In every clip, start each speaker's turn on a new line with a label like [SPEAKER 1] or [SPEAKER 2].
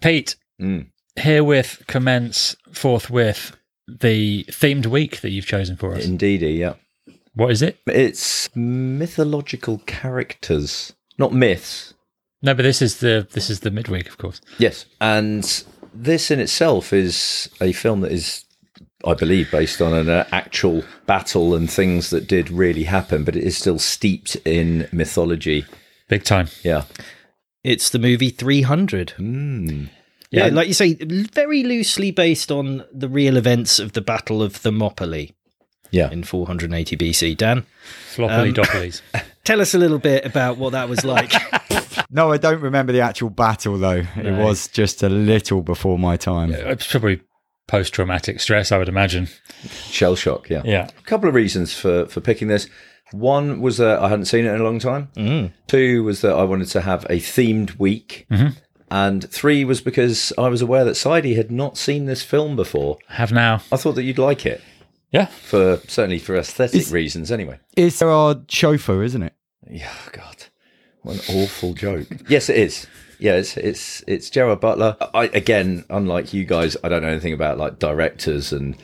[SPEAKER 1] Pete,
[SPEAKER 2] Mm.
[SPEAKER 1] herewith commence forthwith the themed week that you've chosen for us.
[SPEAKER 2] Indeedy, yeah.
[SPEAKER 1] What is it?
[SPEAKER 2] It's mythological characters, not myths.
[SPEAKER 1] No, but this is the this is the midweek, of course.
[SPEAKER 2] Yes. And this in itself is a film that is, I believe, based on an uh, actual battle and things that did really happen, but it is still steeped in mythology.
[SPEAKER 1] Big time.
[SPEAKER 2] Yeah.
[SPEAKER 3] It's the movie 300.
[SPEAKER 2] Mm.
[SPEAKER 3] Yeah,
[SPEAKER 1] Yeah.
[SPEAKER 3] like you say, very loosely based on the real events of the Battle of Thermopylae
[SPEAKER 2] Yeah.
[SPEAKER 3] in 480 BC. Dan,
[SPEAKER 1] Floppily
[SPEAKER 3] Um,
[SPEAKER 1] dopplies.
[SPEAKER 3] tell us a little bit about what that was like.
[SPEAKER 4] No, I don't remember the actual battle though. It
[SPEAKER 1] No.
[SPEAKER 4] was just a little before my time.
[SPEAKER 1] it's probably post traumatic stress, I would imagine.
[SPEAKER 2] Shell shock. Yeah.
[SPEAKER 1] Yeah.
[SPEAKER 2] A couple of reasons for, for picking this. One was that I hadn't seen it in a long time.
[SPEAKER 3] Mm.
[SPEAKER 2] Two was that I wanted to have a themed week. And three was because I was aware that Saidi had not seen this film before.
[SPEAKER 1] Have now.
[SPEAKER 2] I thought that you'd like it
[SPEAKER 1] Yeah.
[SPEAKER 2] for certainly for aesthetic reasons anyway.
[SPEAKER 4] It's our chauffeur, isn't it?
[SPEAKER 2] Yeah, Oh, God, what an awful joke. Yes, it is. Yeah, it's it's it's Gerard Butler. I again, unlike you guys, I don't know anything about like directors and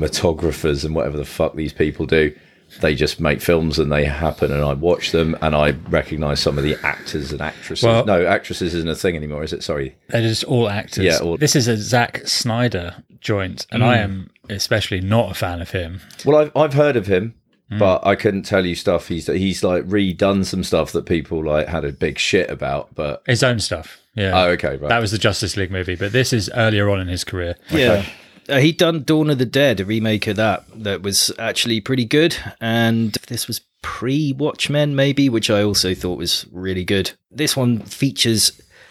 [SPEAKER 2] cinematographers and whatever the fuck these people do. They just make films and they happen, and I watch them and I recognise some of the actors and actresses.
[SPEAKER 1] Well-
[SPEAKER 2] no, actresses isn't a thing anymore, is it? Sorry.
[SPEAKER 1] They're just all actors.
[SPEAKER 2] Yeah, all- Mm.
[SPEAKER 1] This is a Zack Snyder joint, and I am especially not a fan of him.
[SPEAKER 2] Well, I've I've heard of him, but I couldn't tell you stuff. He's he's like redone some stuff that people like had a big shit about. But
[SPEAKER 1] His own stuff. Yeah.
[SPEAKER 2] oh, okay, right.
[SPEAKER 1] That was the Justice League movie, but this is earlier on in his career.
[SPEAKER 3] yeah. Uh, he'd done Dawn of the Dead, a remake of that, that was actually pretty good. And this was pre Watchmen, maybe, which I also thought was really good. This one features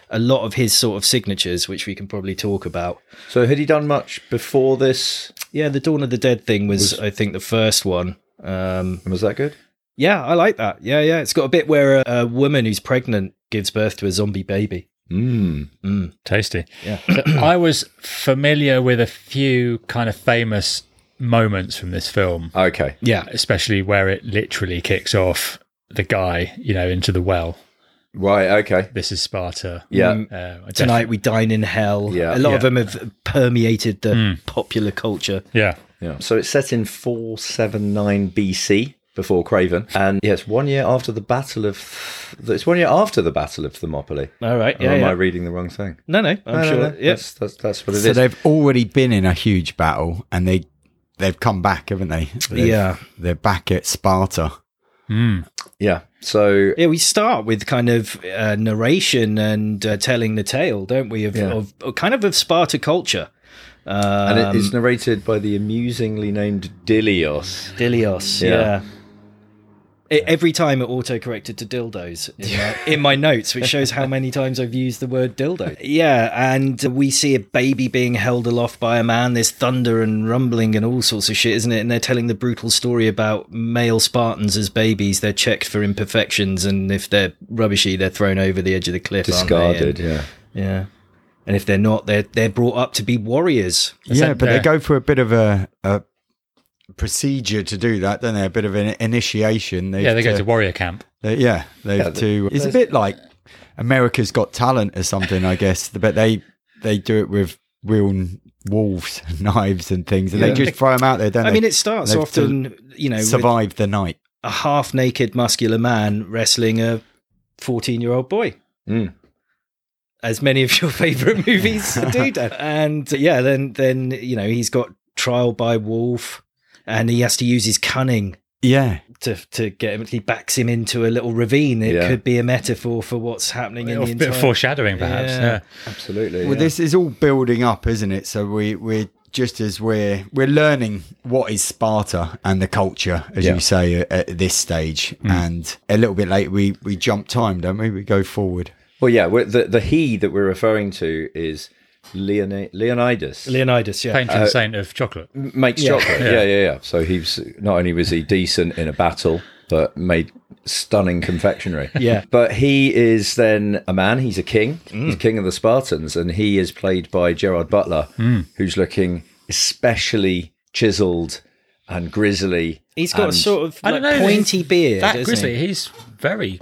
[SPEAKER 3] a lot of his sort of signatures, which we can probably talk about.
[SPEAKER 2] So had he done much before this?
[SPEAKER 3] Yeah, the Dawn of the Dead thing was, I think, the first one. Um,
[SPEAKER 2] And was that good?
[SPEAKER 3] Yeah, I like that. Yeah, yeah. It's got a bit where a, a woman who's pregnant gives birth to a zombie baby.
[SPEAKER 2] Mm.
[SPEAKER 3] Mm.
[SPEAKER 1] Tasty.
[SPEAKER 3] Yeah.
[SPEAKER 1] So I was familiar with a few kind of famous moments from this film,
[SPEAKER 2] Okay.
[SPEAKER 3] Yeah.
[SPEAKER 1] especially where it literally kicks off the guy, you know, into the well.
[SPEAKER 2] Right. Okay.
[SPEAKER 1] This is Sparta.
[SPEAKER 2] Yeah.
[SPEAKER 3] Mm.
[SPEAKER 1] Uh, I def-
[SPEAKER 3] Tonight we dine in hell.
[SPEAKER 2] Yeah.
[SPEAKER 3] a lot of
[SPEAKER 1] Yeah.
[SPEAKER 3] them have permeated the popular culture.
[SPEAKER 1] Yeah.
[SPEAKER 2] Yeah. So it's set in 479 BC before Craven, and yes, one year after the Battle of. It's one year after the Battle of Thermopylae.
[SPEAKER 3] All right.
[SPEAKER 2] or
[SPEAKER 3] Yeah.
[SPEAKER 2] am
[SPEAKER 3] yeah.
[SPEAKER 2] I reading the wrong thing?
[SPEAKER 3] no, no. I'm
[SPEAKER 2] No, no,
[SPEAKER 3] sure.
[SPEAKER 2] no,
[SPEAKER 3] Yeah.
[SPEAKER 2] That's, that's that's what it is.
[SPEAKER 4] So they've already been in a huge battle, and they they've come back, haven't they? They've-
[SPEAKER 3] Yeah.
[SPEAKER 4] they're back at Sparta.
[SPEAKER 1] Mm.
[SPEAKER 2] Yeah. So
[SPEAKER 3] Yeah, we start with kind of uh, narration and uh, telling the tale, don't we? Of,
[SPEAKER 2] Yeah.
[SPEAKER 3] of, of kind of of Sparta culture. Um,
[SPEAKER 2] and it is narrated by the amusingly named Dilios.
[SPEAKER 3] Dilios.
[SPEAKER 2] Yeah.
[SPEAKER 3] Yeah. It, E, every time it auto corrected to dildos in my, in my notes, which shows how many times I've used the word dildo. Yeah, and we see a baby being held aloft by a man. There's thunder and rumbling and all sorts of shit, isn't it? And they're telling the brutal story about male Spartans as babies. They're checked for imperfections, and if they're rubbishy, they're thrown over the edge of the cliff. aren't they? And-
[SPEAKER 2] Discarded. Yeah.
[SPEAKER 3] yeah. And if they're not, they're they're brought up to be warriors.
[SPEAKER 4] yeah, but
[SPEAKER 1] yeah.
[SPEAKER 4] they go for a bit of a, a procedure to do that, don't they? A bit of an initiation.
[SPEAKER 1] Yeah, they go
[SPEAKER 3] uh,
[SPEAKER 1] to warrior camp.
[SPEAKER 4] They- yeah, they've
[SPEAKER 2] Yeah,
[SPEAKER 4] to. It's a bit like America's Got Talent or something, I guess. But they they do it with real n- wolves, knives, and things, and
[SPEAKER 2] Yeah.
[SPEAKER 4] they just throw them out there, don't
[SPEAKER 3] I
[SPEAKER 4] they?
[SPEAKER 3] mean, it starts
[SPEAKER 4] They've to
[SPEAKER 3] often, you know, with
[SPEAKER 4] survive the night.
[SPEAKER 3] a half naked muscular man wrestling a 14 year old boy.
[SPEAKER 2] Mm.
[SPEAKER 3] As many of your favorite movies do, Dan. And uh, yeah, then, then, you know, he's got trial by wolf and he has to use his cunning
[SPEAKER 4] Yeah,
[SPEAKER 3] to, to get him. He backs him into a little ravine. It
[SPEAKER 2] Yeah.
[SPEAKER 3] could be a metaphor for what's happening in
[SPEAKER 1] a
[SPEAKER 3] the
[SPEAKER 1] bit
[SPEAKER 3] entire.
[SPEAKER 1] of foreshadowing, perhaps.
[SPEAKER 3] Yeah.
[SPEAKER 1] Yeah.
[SPEAKER 2] Absolutely.
[SPEAKER 4] Well,
[SPEAKER 2] yeah.
[SPEAKER 4] this is all building up, isn't it? So we we're just as we're we're learning what is Sparta and the culture, as
[SPEAKER 2] Yeah.
[SPEAKER 4] you say, at, at this stage,
[SPEAKER 3] Mm.
[SPEAKER 4] and a little bit later we we jump time, don't we? We go forward.
[SPEAKER 2] Well, yeah. we're- The the he that we're referring to is Leoni- Leonidas.
[SPEAKER 3] Leonidas, yeah.
[SPEAKER 1] Patron saint of chocolate.
[SPEAKER 2] makes chocolate. Yeah. yeah, yeah, So he was not only was he decent in a battle, but made stunning confectionery.
[SPEAKER 3] Yeah. Mm.
[SPEAKER 2] But he is then a man. He's a king. He's king of the Spartans, and he is played by Gerard Butler,
[SPEAKER 3] Mm.
[SPEAKER 2] who's looking especially chiseled and grizzly.
[SPEAKER 3] He's got a
[SPEAKER 2] and-
[SPEAKER 3] sort of
[SPEAKER 1] I don't
[SPEAKER 3] like,
[SPEAKER 1] know,
[SPEAKER 3] pointy beard.
[SPEAKER 1] That
[SPEAKER 3] isn't he?
[SPEAKER 1] grizzly, he's very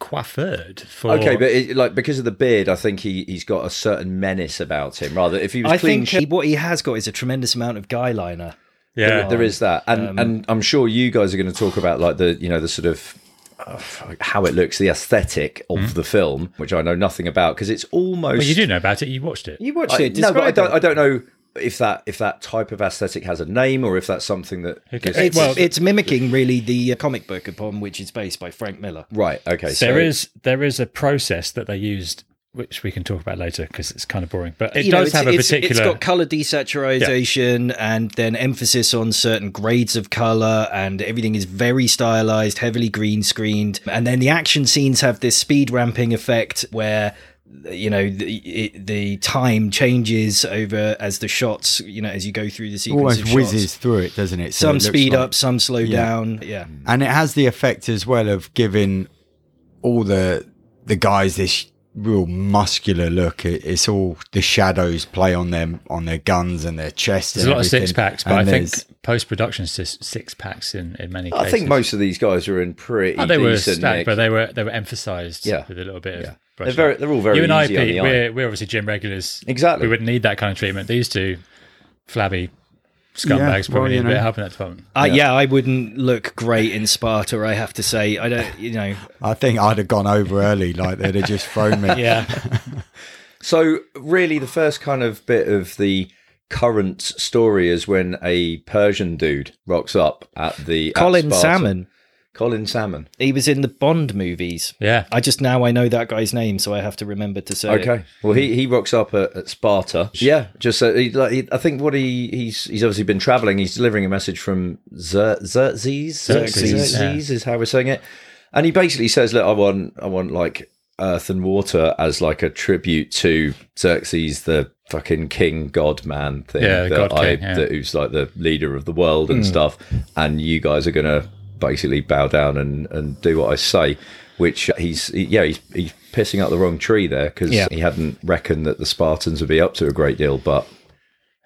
[SPEAKER 1] coiffured for.
[SPEAKER 3] Oh.
[SPEAKER 2] Okay, but it, like because of the beard, I think he he's got a certain menace about him. Rather, if he was
[SPEAKER 3] I
[SPEAKER 2] clean
[SPEAKER 3] think uh, he, what he has got is a tremendous amount of guy liner.
[SPEAKER 1] yeah,
[SPEAKER 2] there is that and
[SPEAKER 3] Um,
[SPEAKER 2] and i'm sure you guys are going to talk about like the you know the sort of uh, how it looks the aesthetic of the film which i know nothing about because it's almost
[SPEAKER 1] But Mm-hmm. you do know about it. You watched it.
[SPEAKER 3] You watched
[SPEAKER 2] I,
[SPEAKER 3] it.
[SPEAKER 2] no but i
[SPEAKER 3] describe
[SPEAKER 2] don't
[SPEAKER 3] it.
[SPEAKER 2] i don't know if that if that type of aesthetic has a name or if that's something that
[SPEAKER 1] Okay.
[SPEAKER 2] gets-
[SPEAKER 3] It's,
[SPEAKER 1] Well-
[SPEAKER 3] it's mimicking really the uh, comic book upon which it's based by Frank Miller.
[SPEAKER 2] right okay so
[SPEAKER 1] There is there is a process that they used, which we can talk about later because it's kind of boring. But it
[SPEAKER 3] You know,
[SPEAKER 1] does
[SPEAKER 3] it's-
[SPEAKER 1] have a
[SPEAKER 3] it's-
[SPEAKER 1] particular.
[SPEAKER 3] It's got color desaturization and then emphasis on certain grades of color, and everything is very stylized, heavily green screened. And then the action scenes have this speed ramping effect where you know the, it, the time changes over as the shots you know as you go through the sequence of
[SPEAKER 4] Almost
[SPEAKER 3] shots.
[SPEAKER 4] whizzes through it, doesn't it? So
[SPEAKER 3] some
[SPEAKER 4] it looks
[SPEAKER 3] speed
[SPEAKER 4] like-
[SPEAKER 3] up some slow
[SPEAKER 4] Yeah. Mm.
[SPEAKER 3] down yeah
[SPEAKER 4] and it has the effect as well of giving all the the guys this real muscular look. It, it's all the shadows play on them on their guns and their chests.
[SPEAKER 1] there's a
[SPEAKER 4] and
[SPEAKER 1] lot of
[SPEAKER 4] everything.
[SPEAKER 1] six packs, but
[SPEAKER 4] And
[SPEAKER 1] I think
[SPEAKER 4] there's-
[SPEAKER 1] post production six packs in in many.
[SPEAKER 2] i
[SPEAKER 1] cases.
[SPEAKER 2] think most of these guys are in pretty
[SPEAKER 1] Oh, they were
[SPEAKER 2] decent
[SPEAKER 1] stacked,
[SPEAKER 2] nick.
[SPEAKER 1] but they were they were emphasised
[SPEAKER 2] Yeah.
[SPEAKER 1] with a little bit.
[SPEAKER 2] Yeah.
[SPEAKER 1] Of
[SPEAKER 2] they're
[SPEAKER 1] brushing.
[SPEAKER 2] very they're all very
[SPEAKER 1] you and I,
[SPEAKER 2] easy on
[SPEAKER 1] Pete,
[SPEAKER 2] the eye.
[SPEAKER 1] we're, we're obviously gym regulars.
[SPEAKER 2] exactly
[SPEAKER 1] We wouldn't need that kind of treatment. These two flabby scumbags
[SPEAKER 4] Yeah, well,
[SPEAKER 1] probably need
[SPEAKER 4] you
[SPEAKER 1] a bit
[SPEAKER 4] know.
[SPEAKER 1] of help in that department.
[SPEAKER 3] I, yeah, I wouldn't look great in Sparta. I have to say, I don't. You know,
[SPEAKER 4] I think I'd have gone over early. Like they'd have just thrown me.
[SPEAKER 1] Yeah,
[SPEAKER 2] So, really, the first kind of bit of the current story is when a Persian dude rocks up at the at
[SPEAKER 3] Colin
[SPEAKER 2] Sparta.
[SPEAKER 3] Salmon.
[SPEAKER 2] Colin Salmon.
[SPEAKER 3] He was in the Bond movies.
[SPEAKER 1] yeah.
[SPEAKER 3] I just now I know that guy's name, so I have to remember to say. it.
[SPEAKER 2] Okay. Well, he, he rocks up at, at Sparta. Yeah. Just so he, like, he, I think what he he's he's obviously been traveling. He's delivering a message from Xer- Xerxes.
[SPEAKER 1] Xerxes,
[SPEAKER 2] Xerxes is how we're saying it. And he basically says, "Look, I want I want like earth and water as like a tribute to Xerxes, the fucking king god man thing.
[SPEAKER 1] Yeah, the
[SPEAKER 2] that
[SPEAKER 1] god king, yeah.
[SPEAKER 2] that who's like the leader of the world and stuff. And you guys are gonna basically bow down and and do what I say." Which he's he- yeah he's, he's pissing up the wrong tree there because
[SPEAKER 3] Yeah.
[SPEAKER 2] he hadn't reckoned that the Spartans would be up to a great deal, but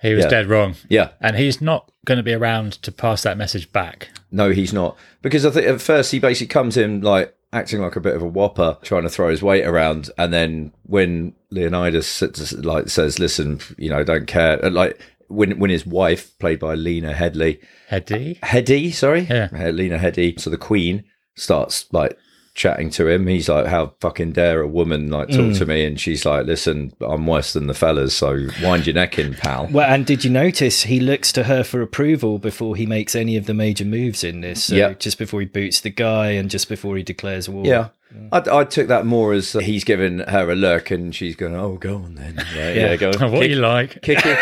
[SPEAKER 1] He was
[SPEAKER 2] Yeah.
[SPEAKER 1] dead wrong,
[SPEAKER 2] yeah,
[SPEAKER 1] and he's not going to be around to pass that message back.
[SPEAKER 2] No, he's not. Because I think at first he basically comes in like acting like a bit of a whopper, trying to throw his weight around, and then when Leonidas sits- like says, "Listen, you know, I don't care," and, like when when his wife, played by Lena Headley,
[SPEAKER 1] Hedy.
[SPEAKER 2] Heady, sorry,
[SPEAKER 1] Yeah.
[SPEAKER 2] Uh, Lena Heady, so the Queen starts like chatting to him. He's like, "How fucking dare a woman like talk to me?" And she's like, "Listen, I'm worse than the fellas, so wind your neck in, pal."
[SPEAKER 3] Well, and did you notice he looks to her for approval before he makes any of the major moves in this? So
[SPEAKER 2] Yeah.
[SPEAKER 3] Just before he boots the guy, and just before he declares war.
[SPEAKER 2] Yeah. I, I took that more as he's giving her a look and she's going, oh, go on then. Yeah, yeah, go.
[SPEAKER 1] What
[SPEAKER 2] kick,
[SPEAKER 1] you like?
[SPEAKER 2] kick, him,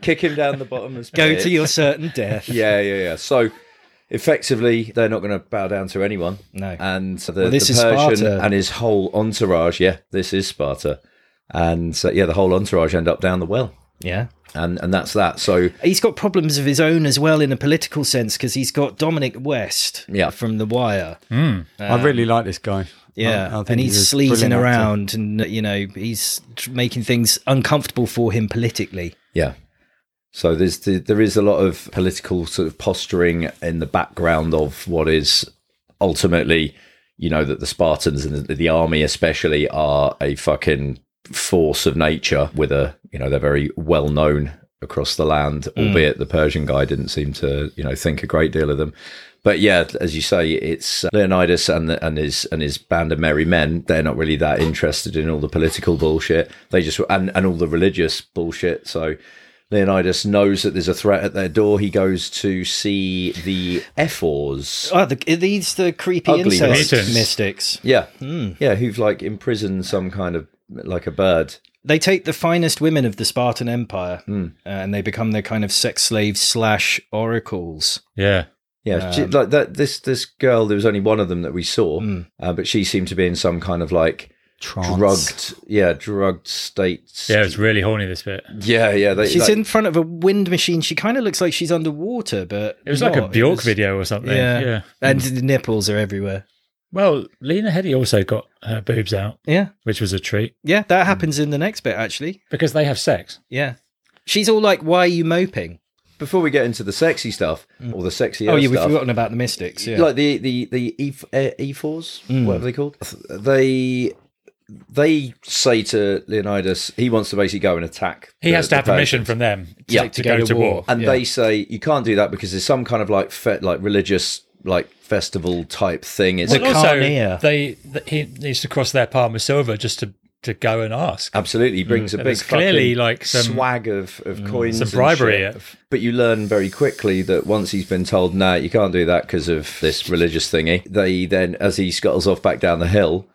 [SPEAKER 2] kick him down the bottom. As
[SPEAKER 3] Go to your certain death.
[SPEAKER 2] Yeah, yeah, yeah. So effectively, they're not going to bow down to anyone.
[SPEAKER 3] No.
[SPEAKER 2] And the,
[SPEAKER 3] this
[SPEAKER 2] the
[SPEAKER 3] is
[SPEAKER 2] Persian
[SPEAKER 3] Sparta.
[SPEAKER 2] and his whole entourage, yeah, this is Sparta. And so, yeah, the whole entourage end up down the well.
[SPEAKER 3] Yeah.
[SPEAKER 2] And, and that's that. So
[SPEAKER 3] He's got problems of his own as well in a political sense because he's got Dominic West
[SPEAKER 2] Yeah.
[SPEAKER 3] from The Wire.
[SPEAKER 4] I really like this guy. Mm-hmm. I- I
[SPEAKER 3] Yeah,
[SPEAKER 4] think
[SPEAKER 3] and he's
[SPEAKER 4] a brilliant
[SPEAKER 3] sleazing
[SPEAKER 4] actor.
[SPEAKER 3] around, and you know he's tr- making things uncomfortable for him politically.
[SPEAKER 2] Yeah. So there's the, there is a lot of political sort of posturing in the background of what is ultimately, you know, that the Spartans and the, the army especially are a fucking force of nature with a, you know, they're very well known across the land, albeit the Persian guy didn't seem to, you know, think a great deal of them. But yeah, as you say, it's uh, Leonidas and the, and his and his band of merry men. They're not really that interested in all the political bullshit. They just and and all the religious bullshit. So Leonidas knows that there's a threat at their door. He goes to see the Ephors.
[SPEAKER 3] Oh, the, are these the creepy
[SPEAKER 2] Ugly
[SPEAKER 3] incest
[SPEAKER 1] mutants.
[SPEAKER 3] mystics.
[SPEAKER 2] Yeah, yeah, who've like imprisoned some kind of like a bird.
[SPEAKER 3] They take the finest women of the Spartan Empire,
[SPEAKER 2] Hmm.
[SPEAKER 3] uh, and they become their kind of sex slaves slash oracles.
[SPEAKER 1] Yeah,
[SPEAKER 2] Yeah, she- like that. This this girl. There was only one of them that we saw, uh, but she seemed to be in some kind of like
[SPEAKER 4] Trance.
[SPEAKER 2] drugged, yeah, drugged state.
[SPEAKER 1] yeah. It's really horny this bit.
[SPEAKER 2] yeah, yeah. They,
[SPEAKER 3] She's
[SPEAKER 2] like-
[SPEAKER 3] in front of a wind machine. She kind of looks like she's underwater, but
[SPEAKER 1] It was like a
[SPEAKER 3] not. It
[SPEAKER 1] Bjork
[SPEAKER 3] was-
[SPEAKER 1] video or something.
[SPEAKER 3] Yeah.
[SPEAKER 1] Yeah.
[SPEAKER 3] and the nipples are everywhere.
[SPEAKER 1] Well, Lena Headey also got her boobs out,
[SPEAKER 3] Yeah,
[SPEAKER 1] which was a treat
[SPEAKER 3] yeah,
[SPEAKER 2] Hmm.
[SPEAKER 3] that happens in the next bit actually.
[SPEAKER 1] because they have sex.
[SPEAKER 3] Yeah, she's all like, "Why are you moping?"
[SPEAKER 2] before we get into the sexy stuff or the sexy
[SPEAKER 3] Oh yeah, we've
[SPEAKER 2] stuff,
[SPEAKER 3] forgotten about the Mystics. Yeah,
[SPEAKER 2] like the the the e uh, e4s whatever they called they they say to leonidas he wants to basically go and attack
[SPEAKER 1] He
[SPEAKER 2] the-
[SPEAKER 1] has to
[SPEAKER 2] the
[SPEAKER 1] have
[SPEAKER 2] Persians.
[SPEAKER 1] permission from them to,
[SPEAKER 2] Yeah.
[SPEAKER 1] to go to, war.
[SPEAKER 2] and they say you can't do that because there's some kind of like fe- like religious like festival type thing it's
[SPEAKER 1] But also,
[SPEAKER 3] Carnier.
[SPEAKER 1] they th- he needs to cross their palm with silver just to to go and ask.
[SPEAKER 2] absolutely he brings a big
[SPEAKER 1] Mm. there's clearly,
[SPEAKER 2] fucking
[SPEAKER 1] like, some- Mm.
[SPEAKER 2] swag of, of coins
[SPEAKER 1] Some
[SPEAKER 2] and
[SPEAKER 1] bribery.
[SPEAKER 2] shit.
[SPEAKER 1] at-
[SPEAKER 2] But you learn very quickly that once he's been told, no, you can't do that because of this religious thingy, they then, as he scuttles off back down the hill,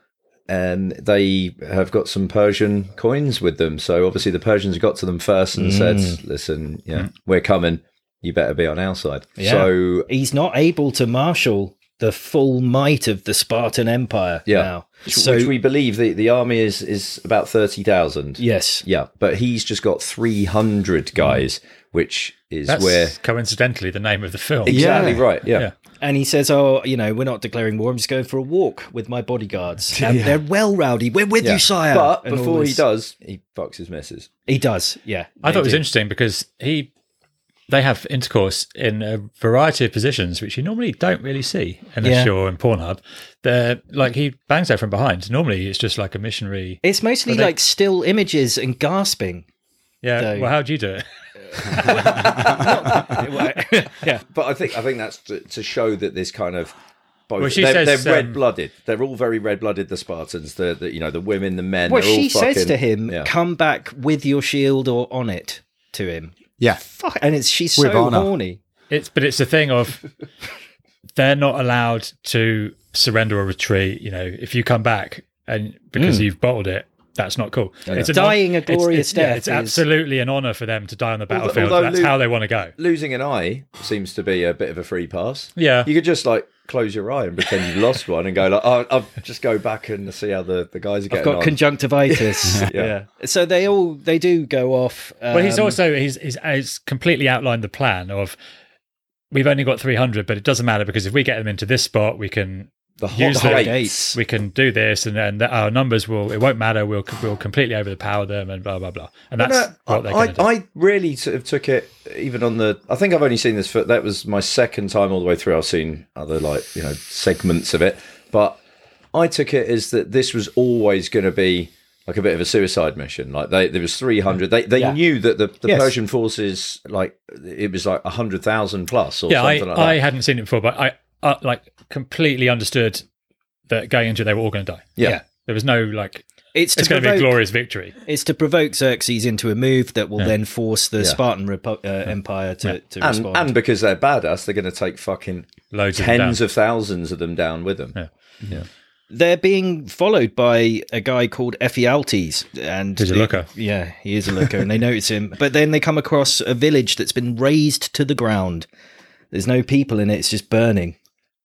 [SPEAKER 2] um, they have got some Persian coins with them. So obviously the Persians got to them first and said,
[SPEAKER 1] Mm.
[SPEAKER 2] listen, yeah, we're coming. You better be on our side.
[SPEAKER 3] Yeah.
[SPEAKER 2] So
[SPEAKER 3] he's not able to marshal the full might of the Spartan Empire.
[SPEAKER 2] Yeah.
[SPEAKER 3] now.
[SPEAKER 2] so,
[SPEAKER 3] so
[SPEAKER 2] which we believe the, the army is, is about 30,000.
[SPEAKER 3] yes,
[SPEAKER 2] Yeah, but he's just got 300 guys, which is
[SPEAKER 1] That's
[SPEAKER 2] where.
[SPEAKER 1] coincidentally the name of the film.
[SPEAKER 2] Exactly
[SPEAKER 4] Yeah.
[SPEAKER 2] right. Yeah.
[SPEAKER 1] Yeah.
[SPEAKER 3] and he says, "Oh, you know, we're not declaring war. I'm just going for a walk with my bodyguards. And They're well rowdy. We're with you, sire."
[SPEAKER 2] But
[SPEAKER 3] and all
[SPEAKER 2] before he
[SPEAKER 3] this.
[SPEAKER 2] does, he fucks his missus.
[SPEAKER 3] he does. Yeah,
[SPEAKER 1] I thought it was
[SPEAKER 3] They do.
[SPEAKER 1] interesting because he they have intercourse in a variety of positions which you normally don't really see unless
[SPEAKER 3] Yeah.
[SPEAKER 1] you're in Pornhub. They're like he bangs her from behind. Normally it's just like a missionary.
[SPEAKER 3] It's mostly
[SPEAKER 1] But they-
[SPEAKER 3] like still images and gasping.
[SPEAKER 1] Yeah.
[SPEAKER 3] So-
[SPEAKER 1] well, how'd you do it?
[SPEAKER 3] yeah.
[SPEAKER 2] But I think I think that's to, to show that this kind of both,
[SPEAKER 1] Well, she
[SPEAKER 2] they're,
[SPEAKER 1] says,
[SPEAKER 2] they're
[SPEAKER 1] um,
[SPEAKER 2] red blooded. They're all very red blooded. The Spartans, the, the you know the women, the men.
[SPEAKER 3] Well,
[SPEAKER 2] they're all
[SPEAKER 3] she says
[SPEAKER 2] fucking-
[SPEAKER 3] to him,
[SPEAKER 2] yeah.
[SPEAKER 3] "Come back with your shield or on it." To him,
[SPEAKER 4] Yeah.
[SPEAKER 3] fuck, and it's she's
[SPEAKER 4] With
[SPEAKER 3] so
[SPEAKER 4] honour.
[SPEAKER 3] horny.
[SPEAKER 1] It's but it's the thing of they're not allowed to surrender or retreat. You know, if you come back and because you've bottled it, that's not cool. It's an
[SPEAKER 3] Hmm. Dying a
[SPEAKER 1] it's- it's-
[SPEAKER 3] glorious
[SPEAKER 1] yeah,
[SPEAKER 3] death
[SPEAKER 1] it's
[SPEAKER 3] is-
[SPEAKER 1] absolutely an honor for them to die on the battlefield.
[SPEAKER 2] although
[SPEAKER 1] that's
[SPEAKER 2] Luke-
[SPEAKER 1] how they want to go.
[SPEAKER 2] Losing an eye seems to be a bit of a free pass.
[SPEAKER 1] Yeah.
[SPEAKER 2] you could just like close your eye and pretend you've lost one and go like, oh, I'll just go back and see how the, the guys are getting
[SPEAKER 3] Got
[SPEAKER 2] on.
[SPEAKER 3] conjunctivitis. yeah. So they all they do go off. Um,
[SPEAKER 1] Well, he's also he's, he's he's completely outlined the plan of we've only got 300, but it doesn't matter because if we get them into this spot, we can
[SPEAKER 2] the hot
[SPEAKER 1] use
[SPEAKER 3] hot
[SPEAKER 1] them.
[SPEAKER 3] gates.
[SPEAKER 1] We can do this, and then the, our numbers will it won't matter. We'll we'll completely overpower them, and blah blah blah. And that's what they're
[SPEAKER 2] I,
[SPEAKER 1] going to do.
[SPEAKER 2] I really sort of took it even on the. I think I've only seen this for that was my second time all the way through. I've seen other like you know segments of it, but I took it as that this was always going to be like a bit of a suicide mission. Like they, there was three hundred. They they knew that the, the
[SPEAKER 3] Yes.
[SPEAKER 2] Persian forces like it was like hundred thousand plus or
[SPEAKER 1] yeah, I,
[SPEAKER 2] something like
[SPEAKER 1] I
[SPEAKER 2] that.
[SPEAKER 1] hadn't seen it before, but I uh, like completely understood that going into it, they were all going to die.
[SPEAKER 2] Yeah.
[SPEAKER 1] There was no like
[SPEAKER 3] it's to
[SPEAKER 1] it's going to be a
[SPEAKER 3] provoke-
[SPEAKER 1] glorious victory.
[SPEAKER 3] It's to provoke Xerxes into a move that will then force the
[SPEAKER 2] Yeah.
[SPEAKER 3] Spartan Repu- uh, Empire to, to
[SPEAKER 2] And,
[SPEAKER 3] respond.
[SPEAKER 2] and because they're badass, they're going to take fucking
[SPEAKER 1] Loads of them
[SPEAKER 2] tens
[SPEAKER 1] down.
[SPEAKER 2] of thousands of them down with them.
[SPEAKER 3] They're being followed by a guy called Ephialtes, and
[SPEAKER 1] He's a
[SPEAKER 3] the-
[SPEAKER 1] looker.
[SPEAKER 3] Yeah, he is a looker, and they notice him. But then they come across a village that's been razed to the ground. There's no people in it; it's just burning.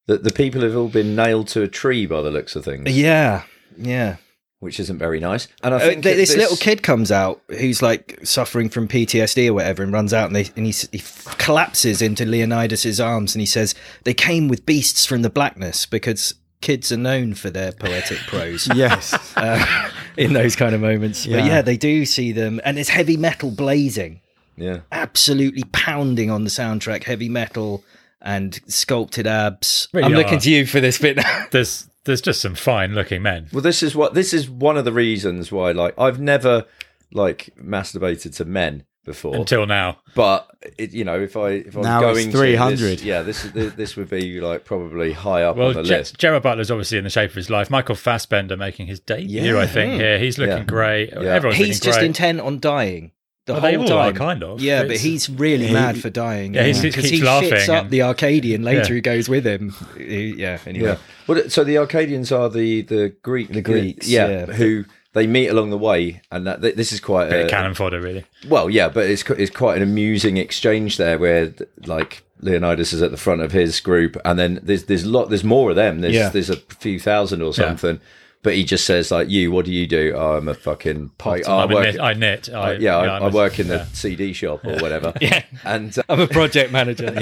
[SPEAKER 2] The, the people have all been nailed to a tree by the looks of things.
[SPEAKER 3] Yeah, yeah.
[SPEAKER 2] which isn't very nice. And I
[SPEAKER 3] Uh,
[SPEAKER 2] think
[SPEAKER 3] th-
[SPEAKER 2] that
[SPEAKER 3] this, little kid comes out who's like suffering from PTSD or whatever, and runs out and, they, and he, s- he f- collapses into Leonidas's arms, and he says, "They came with beasts from the blackness because kids are known for their poetic prose."
[SPEAKER 4] Yes.
[SPEAKER 3] uh, in those kind of moments. But
[SPEAKER 4] Yeah.
[SPEAKER 3] yeah, they do see them, and it's heavy metal blazing,
[SPEAKER 2] yeah,
[SPEAKER 3] absolutely pounding on the soundtrack. Heavy metal and sculpted abs.
[SPEAKER 1] Really
[SPEAKER 3] I'm
[SPEAKER 1] are.
[SPEAKER 3] looking to you for this bit now.
[SPEAKER 1] There's there's just some fine looking men.
[SPEAKER 2] well, this is what this is one of the reasons why, like, I've never like masturbated to men before,
[SPEAKER 1] Until now,
[SPEAKER 2] but it, you know, if I if I was
[SPEAKER 4] Now it's
[SPEAKER 2] going to this-
[SPEAKER 4] 300.
[SPEAKER 2] yeah, this is- this this would be like probably high up on
[SPEAKER 1] well,
[SPEAKER 2] the
[SPEAKER 1] Ger-
[SPEAKER 2] list.
[SPEAKER 1] Gerard Butler's obviously in the shape of his life. Michael Fassbender making his debut,
[SPEAKER 2] Yeah. Hmm.
[SPEAKER 1] I think. Here, he's looking
[SPEAKER 2] Yeah.
[SPEAKER 1] great. Everyone's
[SPEAKER 3] He's
[SPEAKER 1] looking
[SPEAKER 3] just
[SPEAKER 1] great.
[SPEAKER 3] intent on dying the
[SPEAKER 1] Well,
[SPEAKER 3] whole
[SPEAKER 1] they all are,
[SPEAKER 3] time.
[SPEAKER 1] kind of.
[SPEAKER 3] Yeah, but
[SPEAKER 1] It's-
[SPEAKER 3] he's really
[SPEAKER 4] He-
[SPEAKER 3] mad for dying.
[SPEAKER 1] Yeah, he keeps
[SPEAKER 3] because he
[SPEAKER 1] laughing
[SPEAKER 3] shits up
[SPEAKER 1] and-
[SPEAKER 3] the Arcadian later.
[SPEAKER 1] Yeah.
[SPEAKER 3] Who goes with him? He- yeah. Anyway.
[SPEAKER 2] Yeah, well, so the Arcadians are the the Greek the
[SPEAKER 3] Greeks,
[SPEAKER 2] yeah,
[SPEAKER 3] yeah.
[SPEAKER 2] who they meet along the way, and that th- this is quite
[SPEAKER 1] Bit
[SPEAKER 2] a
[SPEAKER 1] of cannon fodder, really.
[SPEAKER 2] Well, yeah, but it's qu- it's quite an amusing exchange there, where like Leonidas is at the front of his group, and then there's there's lot there's more of them. There's
[SPEAKER 3] Yeah.
[SPEAKER 2] there's a few thousand or something, but he just says like, "You, what do you do? Oh, I'm a fucking I, I
[SPEAKER 1] I'm a
[SPEAKER 2] work,
[SPEAKER 1] knit- I knit. I,
[SPEAKER 2] Oh, yeah, I,
[SPEAKER 1] I'm
[SPEAKER 2] I
[SPEAKER 1] a-
[SPEAKER 2] work in the CD shop or whatever." Yeah, and uh,
[SPEAKER 3] I'm a project manager.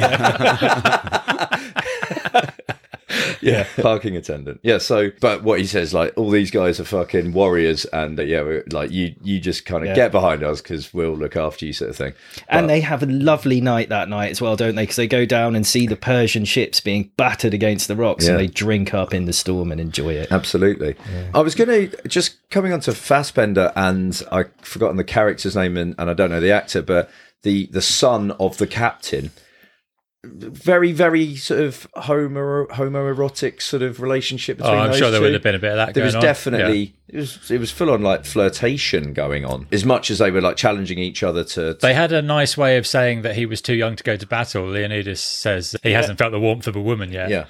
[SPEAKER 2] yeah, parking attendant. Yeah, so but what he says, like all these guys are fucking warriors, and uh, yeah, we're, like you, you just kind of
[SPEAKER 3] Yeah.
[SPEAKER 2] get behind us because we'll look after you, sort of thing.
[SPEAKER 3] And they have a lovely night that night as well, don't they? Because they go down and see the Persian ships being battered against the rocks
[SPEAKER 2] Yeah.
[SPEAKER 3] and they drink up in the storm and enjoy it.
[SPEAKER 2] Absolutely. I was going to just coming on to Fassbender, and I've forgotten the character's name, and, and I don't know the actor, but the the son of the captain. Very, very sort of homo homoerotic sort of relationship
[SPEAKER 1] Oh,
[SPEAKER 2] between.
[SPEAKER 1] I'm
[SPEAKER 2] those
[SPEAKER 1] sure there
[SPEAKER 2] two.
[SPEAKER 1] would have been a bit of that.
[SPEAKER 2] There
[SPEAKER 1] going
[SPEAKER 2] was
[SPEAKER 1] on. Yeah.
[SPEAKER 2] definitely it was it was full on like flirtation going on as much as they were like challenging each other to. to
[SPEAKER 1] They had a nice way of saying that he was too young to go to battle. Leonidas says he hasn't felt the warmth of a woman yet,
[SPEAKER 2] yeah,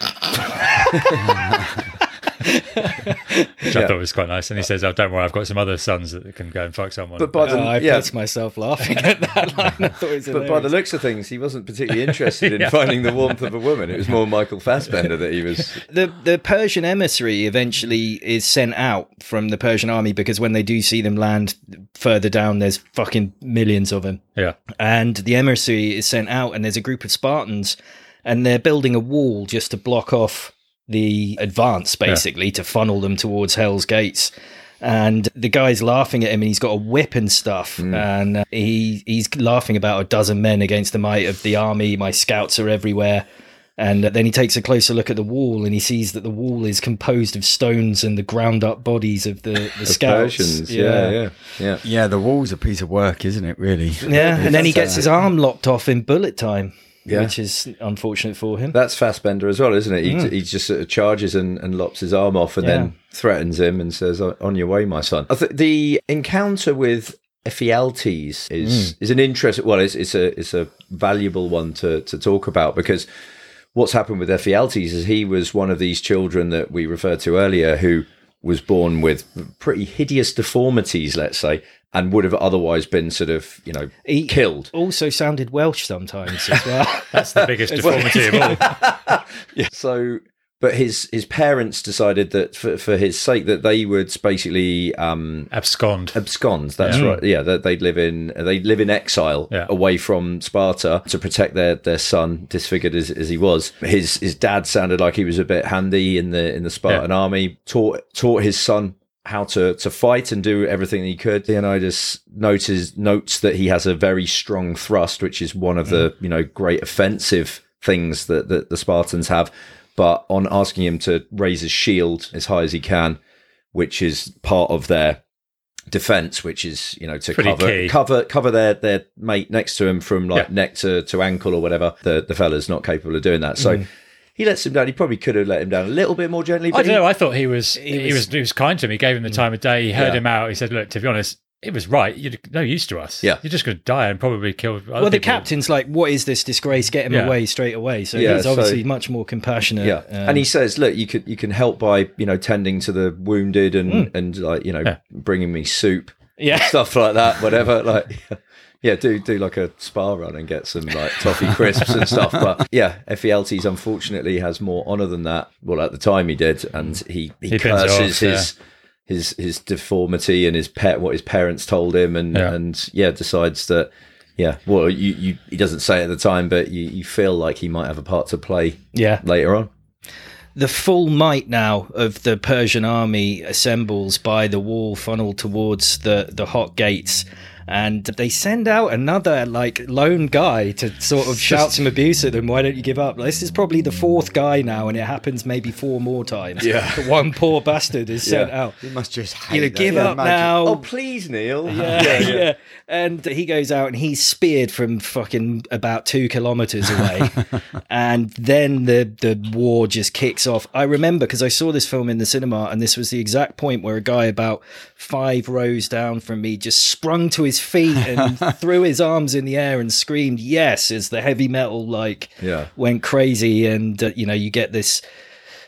[SPEAKER 1] which I thought was quite nice. And he says, "Oh, don't worry, I've got some other sons that can go and fuck someone."
[SPEAKER 2] Uh, but by the
[SPEAKER 3] Oh, I
[SPEAKER 2] yeah,
[SPEAKER 3] pissed myself laughing at that line. I thought it was
[SPEAKER 2] but by the looks of things, he wasn't particularly interested in finding the warmth of a woman. It was more Michael Fassbender that he was
[SPEAKER 3] the the Persian emissary eventually is sent out from the Persian army because when they do see them land further down, there's fucking millions of them.
[SPEAKER 1] yeah,
[SPEAKER 3] And the emissary is sent out, and there's a group of Spartans, and they're building a wall just to block off the advance, basically to funnel them towards Hell's Gates. And the guy's laughing at him, and he's got a whip and stuff,
[SPEAKER 2] Mm.
[SPEAKER 3] and uh, he he's laughing about a dozen men against the might of the army. My scouts are everywhere. And then he takes a closer look at the wall and he sees that the wall is composed of stones and the ground up bodies of the, the, scouts.
[SPEAKER 2] Persians. Yeah, yeah, yeah.
[SPEAKER 4] Yeah, the wall's a piece of work, isn't it? Really.
[SPEAKER 3] Yeah, and then he gets his arm lopped off in bullet time,
[SPEAKER 2] Yeah.
[SPEAKER 3] which is unfortunate for him.
[SPEAKER 2] That's Fassbender as well, isn't it? He, he just sort of charges and, and lops his arm off and
[SPEAKER 3] Hmm. Yeah.
[SPEAKER 2] then threatens him and says, "On on your way, my son." I th- the encounter with Ephialtes is
[SPEAKER 3] Hmm.
[SPEAKER 2] is an interest. Well, it's it's a it's a valuable one to to talk about because what's happened with Ephialtes is he was one of these children that we referred to earlier who was born with pretty hideous deformities, let's say, and would have otherwise been sort of you know
[SPEAKER 3] He-
[SPEAKER 2] killed.
[SPEAKER 3] Also sounded Welsh sometimes as well.
[SPEAKER 1] that's the biggest deformity of all.
[SPEAKER 2] So, but his his parents decided that for, for his sake that they would basically um,
[SPEAKER 1] Abscond.
[SPEAKER 2] abscond. That's
[SPEAKER 1] Yeah.
[SPEAKER 2] right. Yeah, that they'd live in they live in exile
[SPEAKER 1] Yeah.
[SPEAKER 2] away from Sparta to protect their their son, disfigured as, as he was. His his dad sounded like he was a bit handy in the in the Spartan army. taught taught his son. How to, to fight and do everything he could. Leonidas notices notes that he has a very strong thrust, which is one of
[SPEAKER 1] Mm.
[SPEAKER 2] the you know great offensive things that, that the Spartans have. But on asking him to raise his shield as high as he can, which is part of their defense, which is you know to
[SPEAKER 1] Pretty
[SPEAKER 2] cover
[SPEAKER 1] key.
[SPEAKER 2] cover cover their their mate next to him from like
[SPEAKER 1] Yeah.
[SPEAKER 2] neck to, to ankle or whatever. The the fella's not capable of doing that, so. He lets him down. He probably could have let him down a little bit more gently.
[SPEAKER 1] Mm. I
[SPEAKER 2] But
[SPEAKER 1] don't
[SPEAKER 2] he-
[SPEAKER 1] know. I thought he was he, was, he was kind to him. He gave him the time of day. He heard
[SPEAKER 2] Yeah.
[SPEAKER 1] him out. He said, "Look, to be honest, it was right. You're no use to us.
[SPEAKER 2] Yeah.
[SPEAKER 1] you're just going to die and probably kill." Other
[SPEAKER 3] well, the
[SPEAKER 1] people."
[SPEAKER 3] captain's like, "What is this disgrace? Get him
[SPEAKER 1] Yeah.
[SPEAKER 3] away straight away!" So
[SPEAKER 2] Yeah,
[SPEAKER 3] he's
[SPEAKER 2] so-
[SPEAKER 3] obviously much more compassionate.
[SPEAKER 2] yeah,
[SPEAKER 3] um,
[SPEAKER 2] and he says, "Look, you could you can help by you know tending to the wounded and and like you know
[SPEAKER 1] Hmm. Yeah.
[SPEAKER 2] bringing me soup,
[SPEAKER 3] yeah,
[SPEAKER 2] stuff like that, whatever. like, yeah, do do like a spa run and get some like toffee crisps and stuff. But yeah, Ephialtes unfortunately has more honor than that. Well, at the time he did, and he he,
[SPEAKER 1] Hmm. He pins it off,
[SPEAKER 2] curses
[SPEAKER 1] yeah.
[SPEAKER 2] his. His, his deformity and his pet what his parents told him and
[SPEAKER 1] Yeah.
[SPEAKER 2] and yeah decides that yeah well you, you he doesn't say it at the time but you, you feel like he might have a part to play
[SPEAKER 3] yeah.
[SPEAKER 2] later on
[SPEAKER 3] The full might now of the Persian army assembles by the wall, funneled towards the the hot gates. And they send out another like lone guy to sort of shout some abuse at them. Why don't you give up? This is probably the fourth guy now, and it happens maybe four more times. Yeah, one poor bastard is sent
[SPEAKER 2] Yeah.
[SPEAKER 3] out.
[SPEAKER 4] You must just hate
[SPEAKER 3] You know,
[SPEAKER 4] that.
[SPEAKER 3] give
[SPEAKER 4] Yeah,
[SPEAKER 3] up
[SPEAKER 4] imagine.
[SPEAKER 3] now.
[SPEAKER 2] oh please Neil
[SPEAKER 3] yeah, yeah. And he goes out and he's speared from fucking about two kilometers away. and then the, the war just kicks off. I remember because I saw this film in the cinema and this was the exact point where a guy about five rows down from me just sprung to his feet and threw his arms in the air and screamed, yes, as the heavy metal like
[SPEAKER 2] Yeah.
[SPEAKER 3] went crazy. And, uh, you know, you get this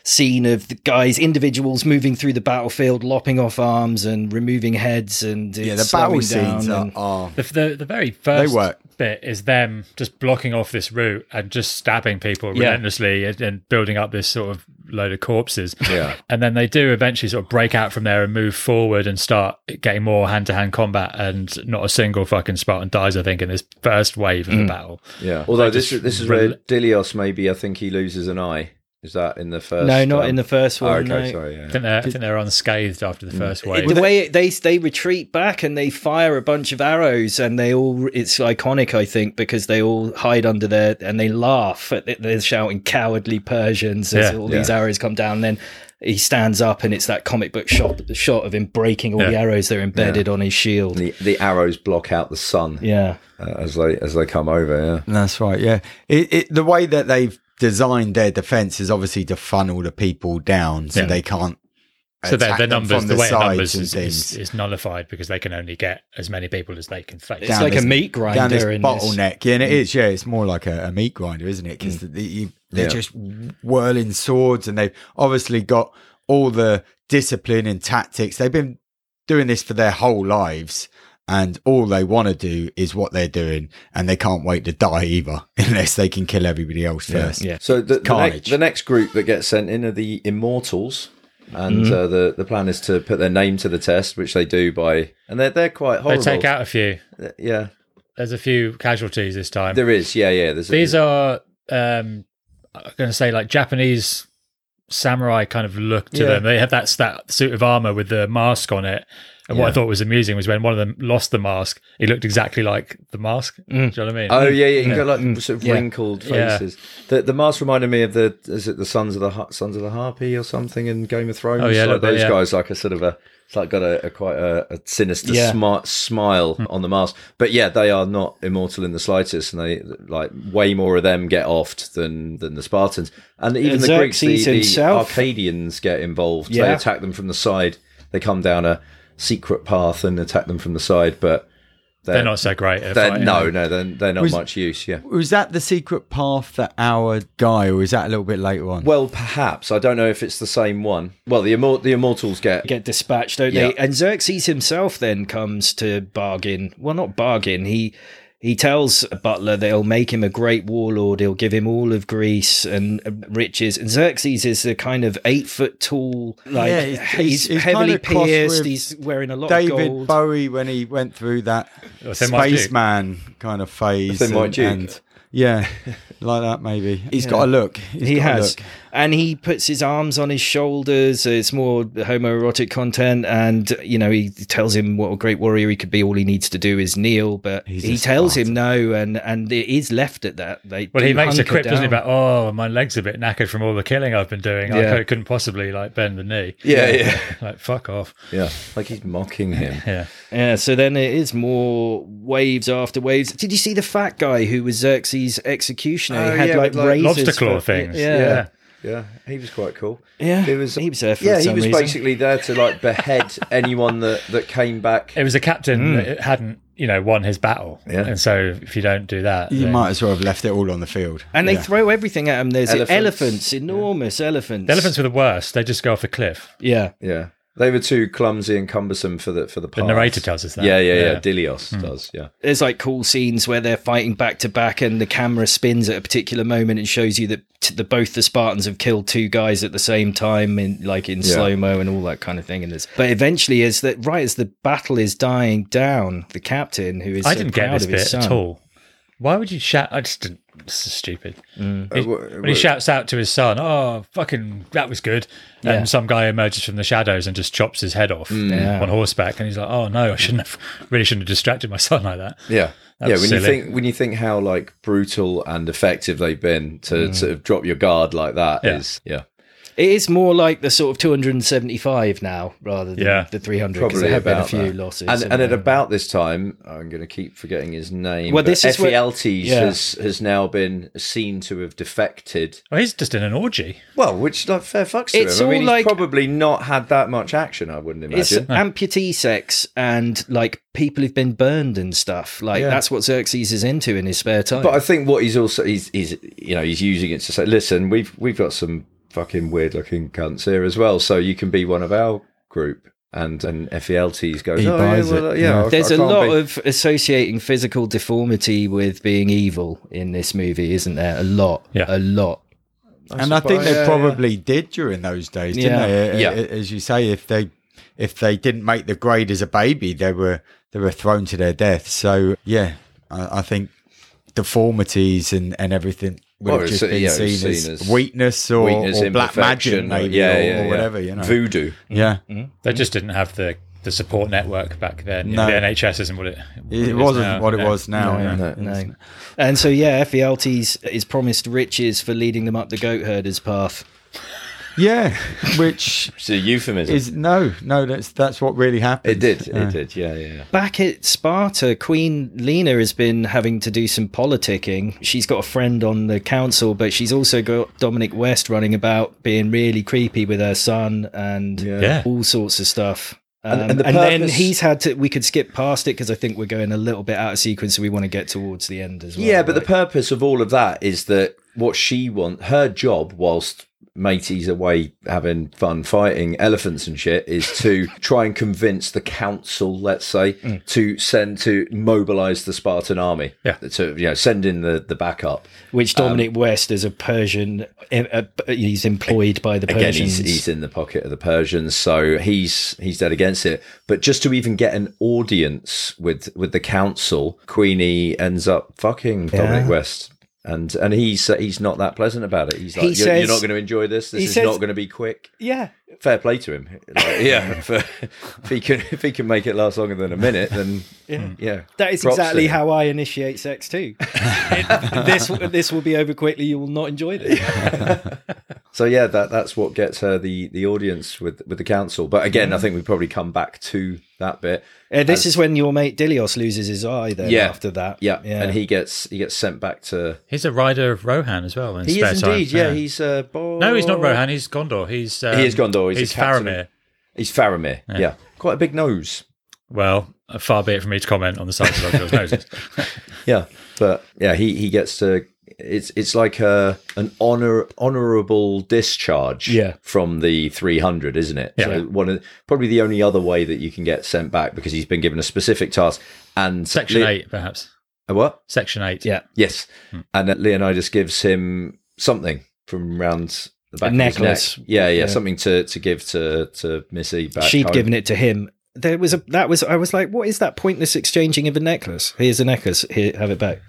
[SPEAKER 3] scene of the guys, individuals moving through the battlefield, lopping off arms and removing heads, and
[SPEAKER 4] Yeah,
[SPEAKER 3] it's
[SPEAKER 4] the battle
[SPEAKER 3] slowing down
[SPEAKER 4] scenes are,
[SPEAKER 3] and-
[SPEAKER 4] are
[SPEAKER 1] The, the, the very first
[SPEAKER 4] They work.
[SPEAKER 1] bit is them just blocking off this route and just stabbing people
[SPEAKER 3] Yeah.
[SPEAKER 1] relentlessly and, and building up this sort of load of corpses.
[SPEAKER 2] Yeah.
[SPEAKER 1] And then they do eventually sort of break out from there and move forward and start getting more hand to hand combat. And not a single fucking Spartan dies, I think, in this first wave of the battle.
[SPEAKER 2] Yeah. Although
[SPEAKER 1] They just
[SPEAKER 2] this is this is
[SPEAKER 1] rel-
[SPEAKER 2] where Dilios maybe I think he loses an eye. Is that in the first?
[SPEAKER 3] no, not
[SPEAKER 2] um,
[SPEAKER 3] in the first
[SPEAKER 2] Oh,
[SPEAKER 3] one.
[SPEAKER 4] Ah,
[SPEAKER 2] okay,
[SPEAKER 3] no.
[SPEAKER 2] sorry.
[SPEAKER 1] I
[SPEAKER 2] Yeah.
[SPEAKER 1] think they're, I think they're unscathed after the first wave.
[SPEAKER 3] the way it- they they retreat back and they fire a bunch of arrows and they all it's iconic I think because they all hide under there and they laugh at it. they're shouting cowardly Persians as
[SPEAKER 1] Yeah,
[SPEAKER 3] all these arrows come down and then he stands up and it's that comic book shot shot of him breaking all the
[SPEAKER 1] Yeah.
[SPEAKER 3] arrows that are embedded on his shield
[SPEAKER 2] The, the arrows block out the sun
[SPEAKER 3] yeah
[SPEAKER 2] uh, as they as they come over. Yeah.
[SPEAKER 4] That's right. Yeah, it, it, the way that they've designed their defense is obviously to funnel the people down, so
[SPEAKER 1] Yeah.
[SPEAKER 4] they can't.
[SPEAKER 1] so their,
[SPEAKER 4] attack
[SPEAKER 1] their
[SPEAKER 4] them
[SPEAKER 1] numbers,
[SPEAKER 4] from
[SPEAKER 1] the, weight of
[SPEAKER 4] sides
[SPEAKER 1] numbers
[SPEAKER 4] and
[SPEAKER 1] is,
[SPEAKER 4] things.
[SPEAKER 1] is, is nullified because they can only get as many people as they can face.
[SPEAKER 3] it's like
[SPEAKER 4] this-
[SPEAKER 3] a meat
[SPEAKER 4] down this
[SPEAKER 3] grinder in this. Mm.
[SPEAKER 4] bottleneck. Yeah, and it is. Yeah, it's more like a, a meat grinder, isn't it? Because the, you, they're
[SPEAKER 2] Yeah.
[SPEAKER 4] just whirling swords, and they've obviously got all the discipline and tactics. They've been doing this for their whole lives, and all they want to do is what they're doing, and they can't wait to die either, unless they can kill everybody else first.
[SPEAKER 3] yeah.
[SPEAKER 2] So the, the, ne-
[SPEAKER 4] carnage.
[SPEAKER 2] the next group that gets sent in are the Immortals, and
[SPEAKER 3] Mm-hmm.
[SPEAKER 2] uh, the the plan is to put their name to the test, which they do by, and they're they're quite
[SPEAKER 1] They
[SPEAKER 2] horrible.
[SPEAKER 1] take out a few.
[SPEAKER 2] yeah,
[SPEAKER 1] There's a few casualties this time.
[SPEAKER 2] there is, yeah, yeah. There's
[SPEAKER 1] These are, um, I'm going to say, like Japanese samurai kind of look to
[SPEAKER 2] Yeah.
[SPEAKER 1] them. They have that, that suit of armor with the mask on it. And what I
[SPEAKER 2] Yeah.
[SPEAKER 1] thought was amusing was when one of them lost the mask, he looked exactly like the mask. Do you know what I mean?
[SPEAKER 2] Oh yeah, yeah. You
[SPEAKER 1] Yeah.
[SPEAKER 2] got like sort of
[SPEAKER 3] Yeah.
[SPEAKER 2] wrinkled
[SPEAKER 1] Yeah.
[SPEAKER 2] faces. The the mask reminded me of the is it the Sons of the Har- Sons of the Harpy or something in Game of Thrones?
[SPEAKER 1] Oh, yeah, a
[SPEAKER 2] like
[SPEAKER 1] little bit,
[SPEAKER 2] those
[SPEAKER 1] yeah.
[SPEAKER 2] guys, like a sort of a it's like got a, a quite a, a sinister
[SPEAKER 3] Yeah.
[SPEAKER 2] smart smile
[SPEAKER 1] Hmm.
[SPEAKER 2] on the mask. But yeah, they are not immortal in the slightest, and they like way more of them get offed than than the Spartans and even the Greeks. The,
[SPEAKER 3] Xerxes
[SPEAKER 2] the
[SPEAKER 3] himself.
[SPEAKER 2] Arcadians get involved. They
[SPEAKER 3] Yeah.
[SPEAKER 2] attack them from the side. They come down a secret path and attack them from the side, but.
[SPEAKER 1] They're not so great. At
[SPEAKER 2] They're,
[SPEAKER 1] fighting.
[SPEAKER 2] no, no, they're, they're not
[SPEAKER 4] Was-
[SPEAKER 2] much use. Yeah.
[SPEAKER 4] Was that the secret path that our guy, or is that a little bit later on?
[SPEAKER 2] Well, perhaps I don't know if it's the same one. Well, the immor- the immortals get
[SPEAKER 3] get dispatched, don't
[SPEAKER 2] Yeah.
[SPEAKER 3] they? And Xerxes himself then comes to bargain. Well, not bargain. He he tells Butler they'll make him a great warlord. He'll give him all of Greece and uh, riches. And Xerxes is a kind of eight foot tall, like
[SPEAKER 4] Yeah, it's-
[SPEAKER 3] he's,
[SPEAKER 4] it's- it's
[SPEAKER 3] heavily
[SPEAKER 4] kinda crossed
[SPEAKER 3] pierced.
[SPEAKER 4] with
[SPEAKER 3] He's wearing a lot of
[SPEAKER 4] David
[SPEAKER 3] gold.
[SPEAKER 4] Bowie when he went through that
[SPEAKER 1] Or Thin White Duke.
[SPEAKER 4] spaceman kind of phase.
[SPEAKER 2] Thin White Duke.
[SPEAKER 4] yeah, like that maybe. He's got a look. He's
[SPEAKER 3] he
[SPEAKER 4] got a
[SPEAKER 3] has,
[SPEAKER 4] look.
[SPEAKER 3] and he puts his arms on his shoulders. It's more homoerotic content, and you know he tells him what a great warrior he could be. All he needs to do is kneel, but
[SPEAKER 4] He's
[SPEAKER 3] he
[SPEAKER 4] a
[SPEAKER 3] tells him no, and and it is left at that. They
[SPEAKER 1] Well,
[SPEAKER 3] do
[SPEAKER 1] he makes a
[SPEAKER 3] hunker
[SPEAKER 1] quip, doesn't he?
[SPEAKER 3] down.
[SPEAKER 1] About oh, my legs a bit knackered from all the killing I've been doing. I
[SPEAKER 3] Yeah.
[SPEAKER 1] cou- couldn't possibly like bend the knee.
[SPEAKER 2] Yeah, yeah,
[SPEAKER 1] Like fuck off.
[SPEAKER 2] yeah. Like he's mocking him.
[SPEAKER 1] Yeah.
[SPEAKER 3] Yeah, so then it is more waves after waves. Did you see the fat guy who was Xerxes' executioner?
[SPEAKER 2] Oh,
[SPEAKER 3] he had
[SPEAKER 2] yeah,
[SPEAKER 3] like,
[SPEAKER 2] with, like,
[SPEAKER 3] razors
[SPEAKER 1] Lobster claw
[SPEAKER 3] for-
[SPEAKER 1] things.
[SPEAKER 3] Yeah, yeah.
[SPEAKER 2] Yeah. Yeah, he was quite cool.
[SPEAKER 3] He
[SPEAKER 2] He was-
[SPEAKER 3] was he was there for
[SPEAKER 2] yeah, he
[SPEAKER 3] some
[SPEAKER 2] was
[SPEAKER 3] reason.
[SPEAKER 2] basically there to like behead anyone that that came back.
[SPEAKER 1] It was a captain
[SPEAKER 3] Mm.
[SPEAKER 1] that hadn't, you know, won his battle.
[SPEAKER 2] Yeah.
[SPEAKER 1] And so if you don't do that,
[SPEAKER 4] You
[SPEAKER 1] then-
[SPEAKER 4] might as well have left it all on the field.
[SPEAKER 3] and they
[SPEAKER 4] Yeah.
[SPEAKER 3] throw everything at him. There's elephants,
[SPEAKER 2] Elephants.
[SPEAKER 3] enormous elephants.
[SPEAKER 1] the elephants were the worst. They just go off a cliff.
[SPEAKER 3] yeah.
[SPEAKER 2] Yeah, they were too clumsy and cumbersome for the for the.
[SPEAKER 1] The
[SPEAKER 3] Oh,
[SPEAKER 2] Part.
[SPEAKER 1] narrator tells us that.
[SPEAKER 2] Yeah, yeah, yeah.
[SPEAKER 1] Yeah.
[SPEAKER 2] Dilios does. Yeah,
[SPEAKER 3] there's like cool scenes where they're fighting back to back and the camera spins at a particular moment and shows you that t- the both the Spartans have killed two guys at the same time in like in
[SPEAKER 2] Yeah.
[SPEAKER 3] slow mo and all that kind of thing and there's but eventually as that right as the battle is dying down the captain who is
[SPEAKER 1] I
[SPEAKER 3] so
[SPEAKER 1] didn't
[SPEAKER 3] proud
[SPEAKER 1] get this
[SPEAKER 3] of his
[SPEAKER 1] bit
[SPEAKER 3] son-
[SPEAKER 1] at all. Why would you shout? I just didn't. This is stupid. He-
[SPEAKER 2] Uh, wha-
[SPEAKER 1] when he
[SPEAKER 2] wha-
[SPEAKER 1] shouts out to his son, "Oh, fucking, that was good," and
[SPEAKER 3] Yeah.
[SPEAKER 1] some guy emerges from the shadows and just chops his head off
[SPEAKER 2] Mm.
[SPEAKER 3] Yeah.
[SPEAKER 1] on horseback, and he's like, "Oh no, I shouldn't have. Really shouldn't have distracted my son like that."
[SPEAKER 2] yeah.
[SPEAKER 1] That's
[SPEAKER 2] yeah, when
[SPEAKER 1] silly.
[SPEAKER 2] you think when you think how like brutal and effective they've been to sort of drop your guard like that is
[SPEAKER 1] Yeah.
[SPEAKER 2] yeah
[SPEAKER 3] it is more like the sort of 275 now rather than
[SPEAKER 1] Yeah.
[SPEAKER 3] the 300 because there
[SPEAKER 2] Probably
[SPEAKER 3] have been a
[SPEAKER 2] about
[SPEAKER 3] few
[SPEAKER 2] that.
[SPEAKER 3] losses
[SPEAKER 2] and, and at
[SPEAKER 3] then-
[SPEAKER 2] about this time, I'm going to keep forgetting his name.
[SPEAKER 3] Well,
[SPEAKER 2] Well,
[SPEAKER 3] this
[SPEAKER 2] this
[SPEAKER 3] is where-
[SPEAKER 2] Ephialtes
[SPEAKER 3] yeah.
[SPEAKER 2] has has now been seen to have defected.
[SPEAKER 1] Well, he's just in an orgy.
[SPEAKER 2] Well, which like fair fucks to
[SPEAKER 3] It's
[SPEAKER 2] him. I mean,
[SPEAKER 3] all
[SPEAKER 2] he's
[SPEAKER 3] like-
[SPEAKER 2] probably not had that much action. I wouldn't
[SPEAKER 3] It's
[SPEAKER 2] imagine.
[SPEAKER 3] amputee sex and like people who've been burned and stuff. Like
[SPEAKER 2] Yeah.
[SPEAKER 3] that's what Xerxes is into in his spare time.
[SPEAKER 2] But I think what he's also he's, he's you know he's using it to say, listen, we've we've got some fucking weird looking cunts here as well, so you can be one of our group. And and Ephialtes goes,
[SPEAKER 4] He
[SPEAKER 2] oh
[SPEAKER 4] buys
[SPEAKER 2] yeah, well,
[SPEAKER 4] it, yeah.
[SPEAKER 2] yeah. I- I
[SPEAKER 3] There's a
[SPEAKER 2] can't
[SPEAKER 3] lot
[SPEAKER 2] be-
[SPEAKER 3] of associating physical deformity with being evil in this movie, isn't there? A lot.
[SPEAKER 1] Yeah.
[SPEAKER 3] A lot.
[SPEAKER 4] and I think
[SPEAKER 2] suppose,
[SPEAKER 4] they
[SPEAKER 2] yeah,
[SPEAKER 4] probably did during those days, didn't
[SPEAKER 3] Yeah.
[SPEAKER 4] they?
[SPEAKER 2] Yeah.
[SPEAKER 4] Uh, uh, As you say, if they if they didn't make the grade as a baby, they were they were thrown to their death. So yeah, I, I think deformities and and everything would
[SPEAKER 2] Well,
[SPEAKER 4] have just
[SPEAKER 2] it's, uh,
[SPEAKER 4] been
[SPEAKER 2] yeah, it
[SPEAKER 4] seen,
[SPEAKER 2] was
[SPEAKER 4] as,
[SPEAKER 2] seen as
[SPEAKER 4] weakness or,
[SPEAKER 2] Weakness,
[SPEAKER 4] or black magic,
[SPEAKER 2] imperfection, or-
[SPEAKER 4] maybe,
[SPEAKER 2] yeah,
[SPEAKER 4] or,
[SPEAKER 2] yeah,
[SPEAKER 4] or
[SPEAKER 2] yeah.
[SPEAKER 4] whatever. You know,
[SPEAKER 2] Voodoo. Mm-hmm.
[SPEAKER 4] yeah,
[SPEAKER 1] They just didn't have the, the support network back then.
[SPEAKER 4] No.
[SPEAKER 1] The NHS isn't what it. what
[SPEAKER 4] it,
[SPEAKER 1] is
[SPEAKER 4] wasn't
[SPEAKER 1] now.
[SPEAKER 4] what it
[SPEAKER 1] No.
[SPEAKER 4] was now.
[SPEAKER 2] No,
[SPEAKER 4] yeah.
[SPEAKER 2] no,
[SPEAKER 4] It's-
[SPEAKER 3] No. And so, yeah, FELT's is promised riches for leading them up the goat herder's path.
[SPEAKER 4] yeah, which
[SPEAKER 2] It's a euphemism.
[SPEAKER 4] is no, no. That's that's what really happened.
[SPEAKER 2] it did.
[SPEAKER 4] Yeah.
[SPEAKER 2] It did. Yeah, yeah. yeah.
[SPEAKER 3] Back at Sparta, Queen Lena has been having to do some politicking. She's got a friend on the council, but she's also got Dominic West running about being really creepy with her son and
[SPEAKER 1] Yeah.
[SPEAKER 3] all sorts of stuff. Um,
[SPEAKER 2] And-
[SPEAKER 3] and
[SPEAKER 2] and the
[SPEAKER 3] then
[SPEAKER 2] purpose-
[SPEAKER 3] he's had to. We could skip past it because I think we're going a little bit out of sequence, so we want to get towards the end as well.
[SPEAKER 2] Yeah, but the
[SPEAKER 3] right?
[SPEAKER 2] purpose of all of that is that what she wants, her job, whilst matey's away having fun fighting elephants and shit, is to try and convince the council, let's say, to send to mobilize the Spartan army.
[SPEAKER 1] Yeah.
[SPEAKER 2] to you know send in the the backup.
[SPEAKER 3] which
[SPEAKER 2] um,
[SPEAKER 3] Dominic West is a Persian. Uh, uh, he's employed by the
[SPEAKER 2] Again,
[SPEAKER 3] Persians.
[SPEAKER 2] he's, he's in the pocket of the Persians, so he's he's dead against it. But just to even get an audience with with the council, Queenie ends up fucking Dominic
[SPEAKER 3] Yeah.
[SPEAKER 2] West, and and he's uh, he's not that pleasant about it. He's like,
[SPEAKER 3] He
[SPEAKER 2] you're,
[SPEAKER 3] says-
[SPEAKER 2] you're not going to enjoy this. This
[SPEAKER 3] he
[SPEAKER 2] is
[SPEAKER 3] says-
[SPEAKER 2] not going to be quick.
[SPEAKER 3] yeah,
[SPEAKER 2] Fair play to him. Like, yeah, for, if he can if he can make it last longer than a minute, then Mm. yeah,
[SPEAKER 3] That is
[SPEAKER 2] props to
[SPEAKER 3] exactly
[SPEAKER 2] him.
[SPEAKER 3] how I initiate sex too. It- this this will be over quickly. You will not enjoy this.
[SPEAKER 2] So yeah, that that's what gets her the the audience with with the council. But again, I think we probably come back to that bit.
[SPEAKER 3] Uh, this is when your mate Dilios loses his eye. Then
[SPEAKER 2] Yeah.
[SPEAKER 3] after that,
[SPEAKER 2] Yeah, and he gets he gets sent back to.
[SPEAKER 1] He's a rider of Rohan as well. In
[SPEAKER 2] He
[SPEAKER 1] spare
[SPEAKER 2] is
[SPEAKER 1] time.
[SPEAKER 2] indeed. Yeah, he's uh, Bo-
[SPEAKER 1] No, he's not Rohan. He's Gondor. He's um,
[SPEAKER 2] He is Gondor, he's a
[SPEAKER 1] He's
[SPEAKER 2] captain.
[SPEAKER 1] Faramir.
[SPEAKER 2] He's Faramir. Yeah. quite a big nose.
[SPEAKER 1] Well, far be it from me to comment on the size of those noses.
[SPEAKER 2] Yeah, but yeah, he he gets to. It's it's like a an honor honorable discharge.
[SPEAKER 3] Yeah.
[SPEAKER 2] from the three hundred, isn't it?
[SPEAKER 1] Yeah.
[SPEAKER 2] So one of, probably the only other way that you can get sent back because he's been given a specific task and
[SPEAKER 1] Section
[SPEAKER 2] Le-
[SPEAKER 1] eight, perhaps.
[SPEAKER 2] a What?
[SPEAKER 1] Section eight.
[SPEAKER 3] yeah,
[SPEAKER 2] Yes,
[SPEAKER 3] Hmm.
[SPEAKER 2] and uh, Leonidas gives him something from round the back of his
[SPEAKER 3] necklace.
[SPEAKER 2] neck. Yeah, yeah,
[SPEAKER 3] Yeah.
[SPEAKER 2] something to to give to to Missy back.
[SPEAKER 3] she'd
[SPEAKER 2] home.
[SPEAKER 3] given it to him. There was a that was I was like, what is that pointless exchanging of a necklace? Here's a necklace. Here, have it back.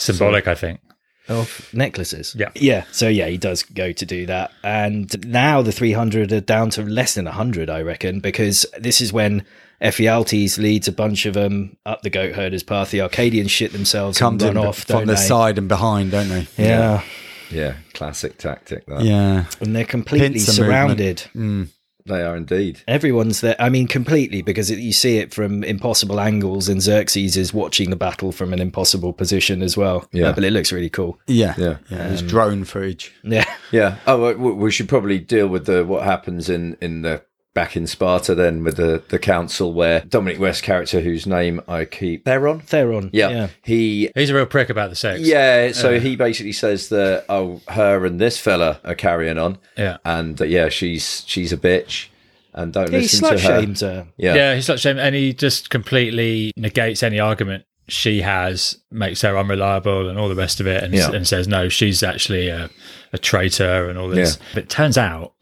[SPEAKER 1] Symbolic, I think.
[SPEAKER 3] Of necklaces.
[SPEAKER 1] Yeah.
[SPEAKER 3] Yeah. So yeah, he does go to do that, and now the three hundred are down to less than hundred, I reckon, because this is when. Ephialtes leads a bunch of them up the goat herder's path. The Arcadians shit themselves
[SPEAKER 4] Comes
[SPEAKER 3] and
[SPEAKER 4] in
[SPEAKER 3] run
[SPEAKER 4] b-
[SPEAKER 3] off
[SPEAKER 4] from
[SPEAKER 3] don't
[SPEAKER 4] the
[SPEAKER 3] they?
[SPEAKER 4] side and behind, don't they?
[SPEAKER 3] Yeah.
[SPEAKER 2] Yeah, classic tactic. That.
[SPEAKER 4] Yeah.
[SPEAKER 3] And they're completely
[SPEAKER 4] Pincer
[SPEAKER 3] surrounded.
[SPEAKER 4] Mm.
[SPEAKER 2] They are indeed.
[SPEAKER 3] Everyone's there. I mean, completely, because it, you see it from impossible angles, and Xerxes is watching the battle from an impossible position as well.
[SPEAKER 2] Yeah.
[SPEAKER 3] Uh, but it looks really cool.
[SPEAKER 4] Yeah.
[SPEAKER 2] Yeah.
[SPEAKER 4] Yeah. Um, It's drone footage.
[SPEAKER 3] Yeah.
[SPEAKER 2] Yeah. Oh, we- we we should probably deal with the what happens in in the back in Sparta then with the the council where Dominic West character whose name I keep Theron.
[SPEAKER 3] Theron.
[SPEAKER 2] Yeah. He.
[SPEAKER 1] He's a real prick about the sex.
[SPEAKER 2] Yeah, so he basically says that oh, her and this fella are carrying on,
[SPEAKER 1] Yeah.
[SPEAKER 2] and uh, yeah, she's she's a bitch, and don't
[SPEAKER 3] He
[SPEAKER 2] listen to
[SPEAKER 3] slut
[SPEAKER 2] her.
[SPEAKER 3] shames her.
[SPEAKER 2] Yeah,
[SPEAKER 1] Yeah. he's such a shame. And he just completely negates any argument she has, makes her unreliable and all the rest of it, and,
[SPEAKER 2] Yeah.
[SPEAKER 1] and says, no, she's actually a, a traitor and all this. But it turns out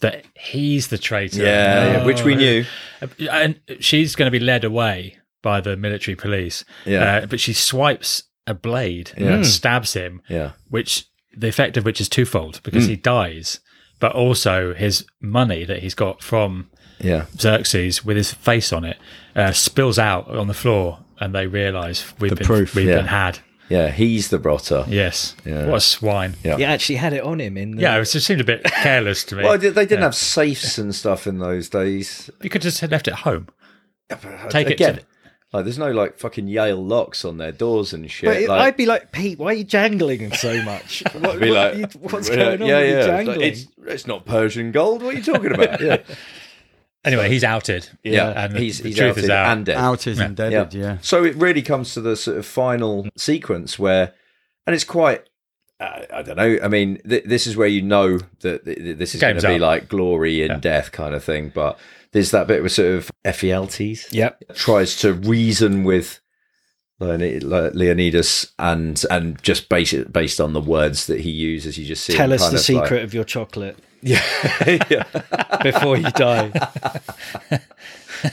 [SPEAKER 1] that he's the traitor.
[SPEAKER 2] Yeah, yeah, which we
[SPEAKER 1] Oh.
[SPEAKER 2] knew.
[SPEAKER 1] And she's going to be led away by the military police.
[SPEAKER 2] Yeah.
[SPEAKER 1] Uh, but she swipes a blade
[SPEAKER 2] Yeah.
[SPEAKER 1] and stabs him,
[SPEAKER 2] Yeah,
[SPEAKER 1] which the effect of which is twofold
[SPEAKER 2] Hmm.
[SPEAKER 1] because he dies, but also his money that he's got from
[SPEAKER 2] yeah.
[SPEAKER 1] Xerxes with his face on it uh, spills out on the floor, and they realise we've been
[SPEAKER 4] proof,
[SPEAKER 1] we've
[SPEAKER 2] yeah.
[SPEAKER 1] been had.
[SPEAKER 2] Yeah, he's the rotter.
[SPEAKER 1] Yes,
[SPEAKER 2] Yeah.
[SPEAKER 1] what a swine. Yeah,
[SPEAKER 2] Yeah.
[SPEAKER 3] He actually had it on him in the.
[SPEAKER 1] it just seemed a bit careless to me.
[SPEAKER 2] Well, they they didn't have safes and stuff in those days.
[SPEAKER 1] you could just have left it at home. Take it.
[SPEAKER 2] uh, Again,
[SPEAKER 1] To,
[SPEAKER 2] like there's no like fucking Yale locks on their doors and shit.
[SPEAKER 3] But it-
[SPEAKER 2] like,
[SPEAKER 3] I'd be like, Pete, why are you jangling so much? What,
[SPEAKER 2] be
[SPEAKER 3] what
[SPEAKER 2] like,
[SPEAKER 3] are you- what's
[SPEAKER 2] yeah,
[SPEAKER 3] going on
[SPEAKER 2] yeah,
[SPEAKER 3] with
[SPEAKER 2] yeah.
[SPEAKER 3] you
[SPEAKER 2] It's like,
[SPEAKER 3] jangling?
[SPEAKER 2] It's, it's not Persian gold. What are you talking about? yeah,
[SPEAKER 1] anyway, he's outed.
[SPEAKER 2] yeah.
[SPEAKER 1] and the,
[SPEAKER 2] he's
[SPEAKER 1] the
[SPEAKER 2] he's
[SPEAKER 1] truth is
[SPEAKER 2] outed
[SPEAKER 1] out.
[SPEAKER 2] and dead.
[SPEAKER 4] Out is indebted, yeah.
[SPEAKER 2] So it really comes to the sort of final sequence where, and it's quite. uh, I I don't know. I mean, th- this is where you know that th- th- this is going
[SPEAKER 1] Game's
[SPEAKER 2] to be
[SPEAKER 1] up.
[SPEAKER 2] like glory and death kind of thing. But there's that bit with sort of Ephialtes
[SPEAKER 3] yep.
[SPEAKER 2] tries to reason with Leoni- Le- Leonidas and and just base it based on the words that he uses. You just see
[SPEAKER 3] Tell
[SPEAKER 2] him
[SPEAKER 3] us
[SPEAKER 2] kind
[SPEAKER 3] the
[SPEAKER 2] of like-
[SPEAKER 3] secret of your chocolate
[SPEAKER 2] yeah,
[SPEAKER 3] before you die.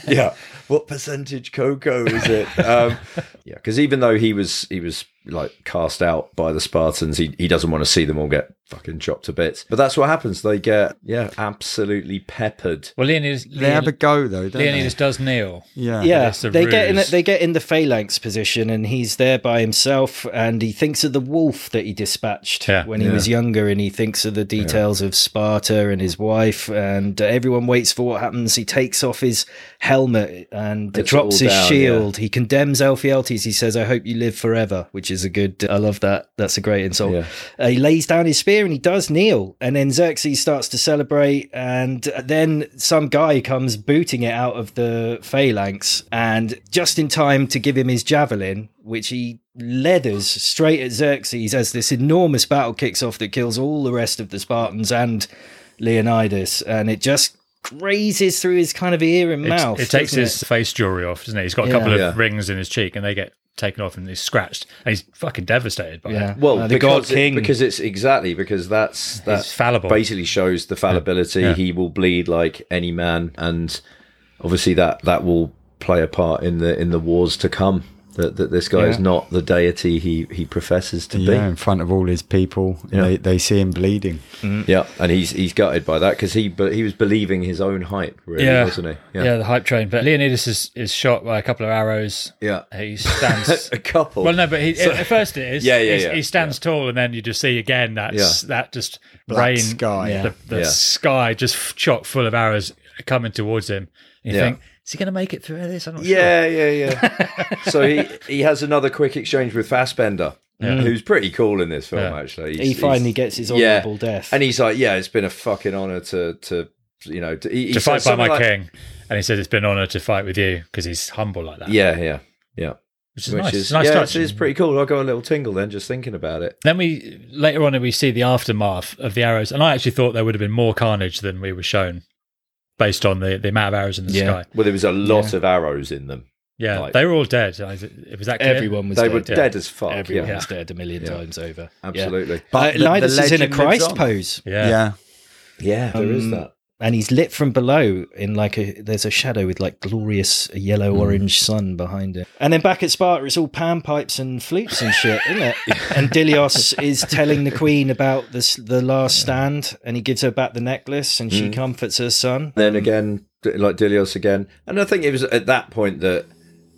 [SPEAKER 2] yeah. what percentage cocoa is it? Um, yeah, because even though he was he was like cast out by the Spartans, he, he doesn't want to see them all get fucking chopped to bits. But that's what happens. They get yeah absolutely peppered.
[SPEAKER 1] Well, Leonidas,
[SPEAKER 4] They have a
[SPEAKER 1] Leon-
[SPEAKER 4] go though, don't
[SPEAKER 1] Leonidas
[SPEAKER 4] they?
[SPEAKER 1] does kneel.
[SPEAKER 4] Yeah.
[SPEAKER 1] Yeah,
[SPEAKER 3] yeah,
[SPEAKER 1] it's a
[SPEAKER 3] they get in.
[SPEAKER 1] ruse.
[SPEAKER 3] They get in the phalanx position, and he's there by himself. And he thinks of the wolf that he dispatched
[SPEAKER 1] Yeah.
[SPEAKER 3] when he was younger, and he thinks of the details of Sparta and his wife. And uh, everyone waits for what happens. He takes off his helmet and
[SPEAKER 2] Puts it
[SPEAKER 3] drops
[SPEAKER 2] all
[SPEAKER 3] his
[SPEAKER 2] down,
[SPEAKER 3] shield. He condemns Alphialtes. He says, "I hope you live forever," which is a good. uh, I love that. That's a great insult.
[SPEAKER 2] Yeah.
[SPEAKER 3] Uh, he lays down his spear and he does kneel. And then Xerxes starts to celebrate. And then some guy comes booting it out of the phalanx. And just in time to give him his javelin, which he leathers straight at Xerxes as this enormous battle kicks off that kills all the rest of the Spartans and Leonidas. And it just grazes through his kind of ear and
[SPEAKER 1] It-
[SPEAKER 3] mouth.
[SPEAKER 1] it takes
[SPEAKER 3] doesn't
[SPEAKER 1] his face jewelry off, doesn't it? He's got a
[SPEAKER 3] Yeah.
[SPEAKER 1] couple of
[SPEAKER 2] Yeah.
[SPEAKER 1] rings in his cheek, and they get taken off, and he's scratched, and he's fucking devastated by
[SPEAKER 3] Yeah.
[SPEAKER 1] it.
[SPEAKER 2] Well,
[SPEAKER 3] Uh, the
[SPEAKER 2] because
[SPEAKER 3] God
[SPEAKER 2] it-
[SPEAKER 3] King.
[SPEAKER 2] because it's exactly because that's that's
[SPEAKER 1] fallible.
[SPEAKER 2] Basically, shows the fallibility.
[SPEAKER 1] Yeah.
[SPEAKER 2] He will bleed like any man, and obviously that that will play a part in the in the wars to come. That that this guy is not the deity he he professes to
[SPEAKER 4] Yeah, in front of all his people, they, they see him bleeding.
[SPEAKER 2] be. Yeah, and he's he's gutted by that because he but he was believing his own hype, really,
[SPEAKER 1] Yeah.
[SPEAKER 2] wasn't he?
[SPEAKER 1] Yeah. the hype train. But Leonidas is, is shot by a couple of arrows.
[SPEAKER 2] yeah.
[SPEAKER 1] He stands.
[SPEAKER 2] a couple.
[SPEAKER 1] well, no, but he, at first it is.
[SPEAKER 2] Yeah, yeah,
[SPEAKER 1] He's-
[SPEAKER 2] yeah.
[SPEAKER 1] He stands tall, and then you just see again that s- that just
[SPEAKER 4] Black
[SPEAKER 1] rain
[SPEAKER 4] sky. Yeah.
[SPEAKER 1] the, the
[SPEAKER 2] Yeah.
[SPEAKER 1] sky just f- chock full of arrows coming towards him. And you
[SPEAKER 2] Yeah.
[SPEAKER 1] think is he going to make it through this? I'm not sure.
[SPEAKER 2] Yeah, yeah, yeah. so he he has another quick exchange with Fassbender, who's pretty cool in this film.
[SPEAKER 1] Mm. Yeah.
[SPEAKER 2] Actually,
[SPEAKER 3] He
[SPEAKER 2] He's-
[SPEAKER 3] finally
[SPEAKER 2] he's-
[SPEAKER 3] gets his
[SPEAKER 2] Yeah.
[SPEAKER 3] honorable death.
[SPEAKER 2] And he's like, "Yeah, it's been a fucking honor to to you know to, he, he
[SPEAKER 1] To
[SPEAKER 2] says
[SPEAKER 1] fight by
[SPEAKER 2] something
[SPEAKER 1] my
[SPEAKER 2] like-
[SPEAKER 1] king, and he says it's been an honour to fight with you because he's humble like that.
[SPEAKER 2] Yeah, yeah, yeah.
[SPEAKER 1] which is nice. It's a nice
[SPEAKER 2] yeah,
[SPEAKER 1] touch.
[SPEAKER 2] it's, it's pretty cool. I got a little tingle then just thinking about it.
[SPEAKER 1] Then we later on we see the aftermath of the arrows, and I actually thought there would have been more carnage than we were shown, based on the, the amount of arrows in the
[SPEAKER 3] Yeah.
[SPEAKER 1] sky.
[SPEAKER 2] Well, there was a lot of arrows in them.
[SPEAKER 1] Yeah,
[SPEAKER 2] Like-
[SPEAKER 1] they were all dead. I- It was that clear?
[SPEAKER 3] Everyone was
[SPEAKER 2] they
[SPEAKER 3] dead.
[SPEAKER 2] were
[SPEAKER 1] yeah.
[SPEAKER 2] dead as fuck.
[SPEAKER 3] Everyone
[SPEAKER 2] yeah,
[SPEAKER 3] was dead a million times over. Yeah.
[SPEAKER 2] absolutely.
[SPEAKER 3] But
[SPEAKER 4] the-
[SPEAKER 3] Leonidas
[SPEAKER 4] the
[SPEAKER 3] Uh, is in a
[SPEAKER 4] legend lives
[SPEAKER 3] Christ
[SPEAKER 4] on.
[SPEAKER 3] pose,
[SPEAKER 1] Yeah.
[SPEAKER 4] Yeah.
[SPEAKER 2] Yeah, there is
[SPEAKER 3] Um,
[SPEAKER 2] that.
[SPEAKER 3] and he's lit from below in like a there's a shadow with like glorious
[SPEAKER 2] Mm.
[SPEAKER 3] yellow orange sun behind it. And then back at Sparta, it's all panpipes and flutes and shit, isn't it? And Dilios is telling the queen about this the last stand, and he gives her back the necklace, and
[SPEAKER 2] Mm.
[SPEAKER 3] she comforts her son.
[SPEAKER 2] Then again, d- like Dilios again, and I think it was at that point that.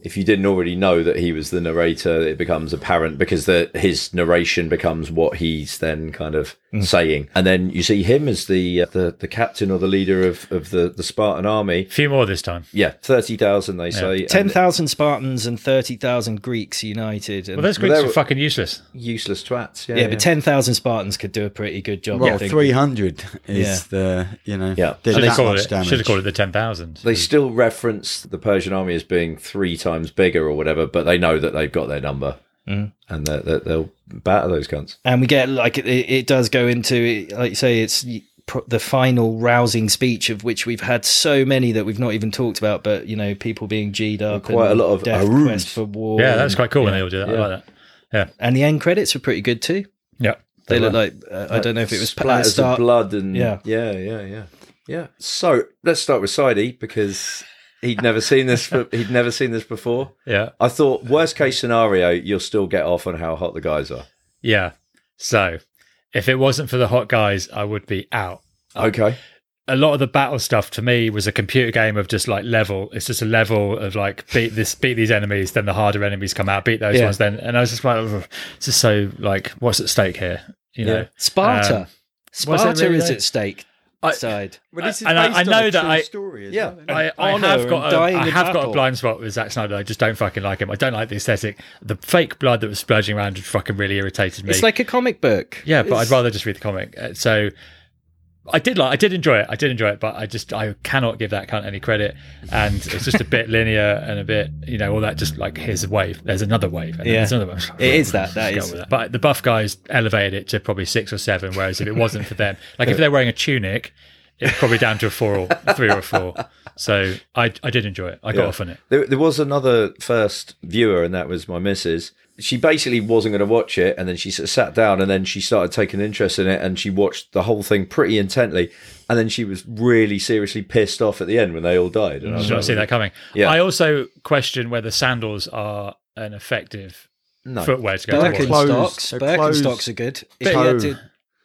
[SPEAKER 2] If you didn't already know that he was the narrator, it becomes apparent because the, his narration becomes what he's then kind of
[SPEAKER 3] Hmm.
[SPEAKER 2] saying, and then you see him as the uh, the, the captain or the leader of, of the, the Spartan army,
[SPEAKER 1] A few more this time.
[SPEAKER 2] Yeah, thirty thousand they say. and
[SPEAKER 3] Ten thousand Spartans and thirty thousand Greeks united. And
[SPEAKER 1] Well, those Greeks
[SPEAKER 2] they
[SPEAKER 1] were
[SPEAKER 2] were-
[SPEAKER 1] fucking useless.
[SPEAKER 2] useless twats. Yeah,
[SPEAKER 3] yeah, but ten thousand Spartans could do a pretty good job. I
[SPEAKER 4] Well,
[SPEAKER 3] think.
[SPEAKER 4] 300 is
[SPEAKER 3] Yeah.
[SPEAKER 4] the, you know,
[SPEAKER 2] Yeah.
[SPEAKER 4] did
[SPEAKER 1] Should
[SPEAKER 4] that
[SPEAKER 1] have called
[SPEAKER 4] much
[SPEAKER 1] it.
[SPEAKER 4] damage.
[SPEAKER 1] Should have called it the ten thousand.
[SPEAKER 2] they still reference the Persian army as being three times bigger or whatever, but they know that they've got their number
[SPEAKER 3] Hmm.
[SPEAKER 2] and that that they'll batter those cunts.
[SPEAKER 3] and we get like it, it does go into like you say it's pro- the final rousing speech of which we've had so many that we've not even talked about but you know people being g'd up
[SPEAKER 2] Quite
[SPEAKER 3] and
[SPEAKER 2] a lot of
[SPEAKER 3] death
[SPEAKER 2] "Aruz."
[SPEAKER 3] quest for war
[SPEAKER 1] Yeah, that's
[SPEAKER 3] and,
[SPEAKER 1] quite cool when they all do that. I like that.
[SPEAKER 3] and the end credits were pretty good too
[SPEAKER 1] Yeah,
[SPEAKER 3] they look like uh, i don't know if it was
[SPEAKER 2] splatters
[SPEAKER 3] start-
[SPEAKER 2] of blood and
[SPEAKER 3] Yeah.
[SPEAKER 2] yeah, yeah, yeah, yeah. So let's start with Sidey because he'd never seen this. be- he'd never seen this before.
[SPEAKER 1] yeah,
[SPEAKER 2] I thought worst case scenario, you'll still get off on how hot the guys are.
[SPEAKER 1] yeah. So, if it wasn't for the hot guys, I would be out.
[SPEAKER 2] Okay,
[SPEAKER 1] a lot of the battle stuff to me was a computer game of just like level. It's just a level of like beat this, beat these enemies, then the harder enemies come out, beat those
[SPEAKER 3] Yeah.
[SPEAKER 1] ones, then. And I was just like, "Ugh, it's just so like, what's at stake here? You know,
[SPEAKER 3] sparta
[SPEAKER 1] Um,
[SPEAKER 3] sparta
[SPEAKER 1] really
[SPEAKER 3] is
[SPEAKER 1] though?
[SPEAKER 3] at stake
[SPEAKER 1] I-
[SPEAKER 3] side
[SPEAKER 4] Well, this is
[SPEAKER 1] And I-
[SPEAKER 4] based
[SPEAKER 1] I
[SPEAKER 4] on
[SPEAKER 1] know
[SPEAKER 4] a
[SPEAKER 1] that
[SPEAKER 4] true
[SPEAKER 1] I-
[SPEAKER 4] story as
[SPEAKER 2] Yeah.
[SPEAKER 4] well, isn't it?
[SPEAKER 1] I, I
[SPEAKER 3] Honor
[SPEAKER 1] have got
[SPEAKER 3] and
[SPEAKER 1] a,
[SPEAKER 3] dying
[SPEAKER 1] I
[SPEAKER 3] in
[SPEAKER 1] have got a
[SPEAKER 3] battle.
[SPEAKER 1] blind spot with Zack Snyder. I just don't fucking like him. I don't like the aesthetic. The fake blood that was splurging around just fucking really irritated me.
[SPEAKER 3] it's like a comic book
[SPEAKER 1] yeah, but I'd rather just read the comic. Uh, So I did like, I did enjoy it. I did enjoy it, but I just, I cannot give that cunt any credit. And it's just a bit linear and a bit, you know, all that. Just like here's a wave, there's another wave, and then
[SPEAKER 3] Yeah.
[SPEAKER 1] there's another wave.
[SPEAKER 3] it is that that
[SPEAKER 1] Just go
[SPEAKER 3] is
[SPEAKER 1] with that. But the buff guys elevated it to probably six or seven. Whereas if it wasn't for them, like if they're wearing a tunic, it's probably down to a four or three or a four. So I, I did enjoy it. I got off on it.
[SPEAKER 2] There, there was another first viewer, and that was my missus. she basically wasn't going to watch it, and then she sort of sat down, and then she started taking interest in it, and she watched the whole thing pretty intently, and then she was really seriously pissed off at the end when they all died. And I was
[SPEAKER 1] Did not
[SPEAKER 2] like,
[SPEAKER 1] see that coming.
[SPEAKER 2] Yeah.
[SPEAKER 1] I also question whether sandals are an effective
[SPEAKER 2] No.
[SPEAKER 1] footwear to go to
[SPEAKER 4] Birkin-
[SPEAKER 1] war.
[SPEAKER 4] Closed.
[SPEAKER 3] Birkenstocks.
[SPEAKER 4] They're
[SPEAKER 3] Birkenstocks
[SPEAKER 4] closed.
[SPEAKER 3] are good. If
[SPEAKER 4] Bit-
[SPEAKER 3] you had to-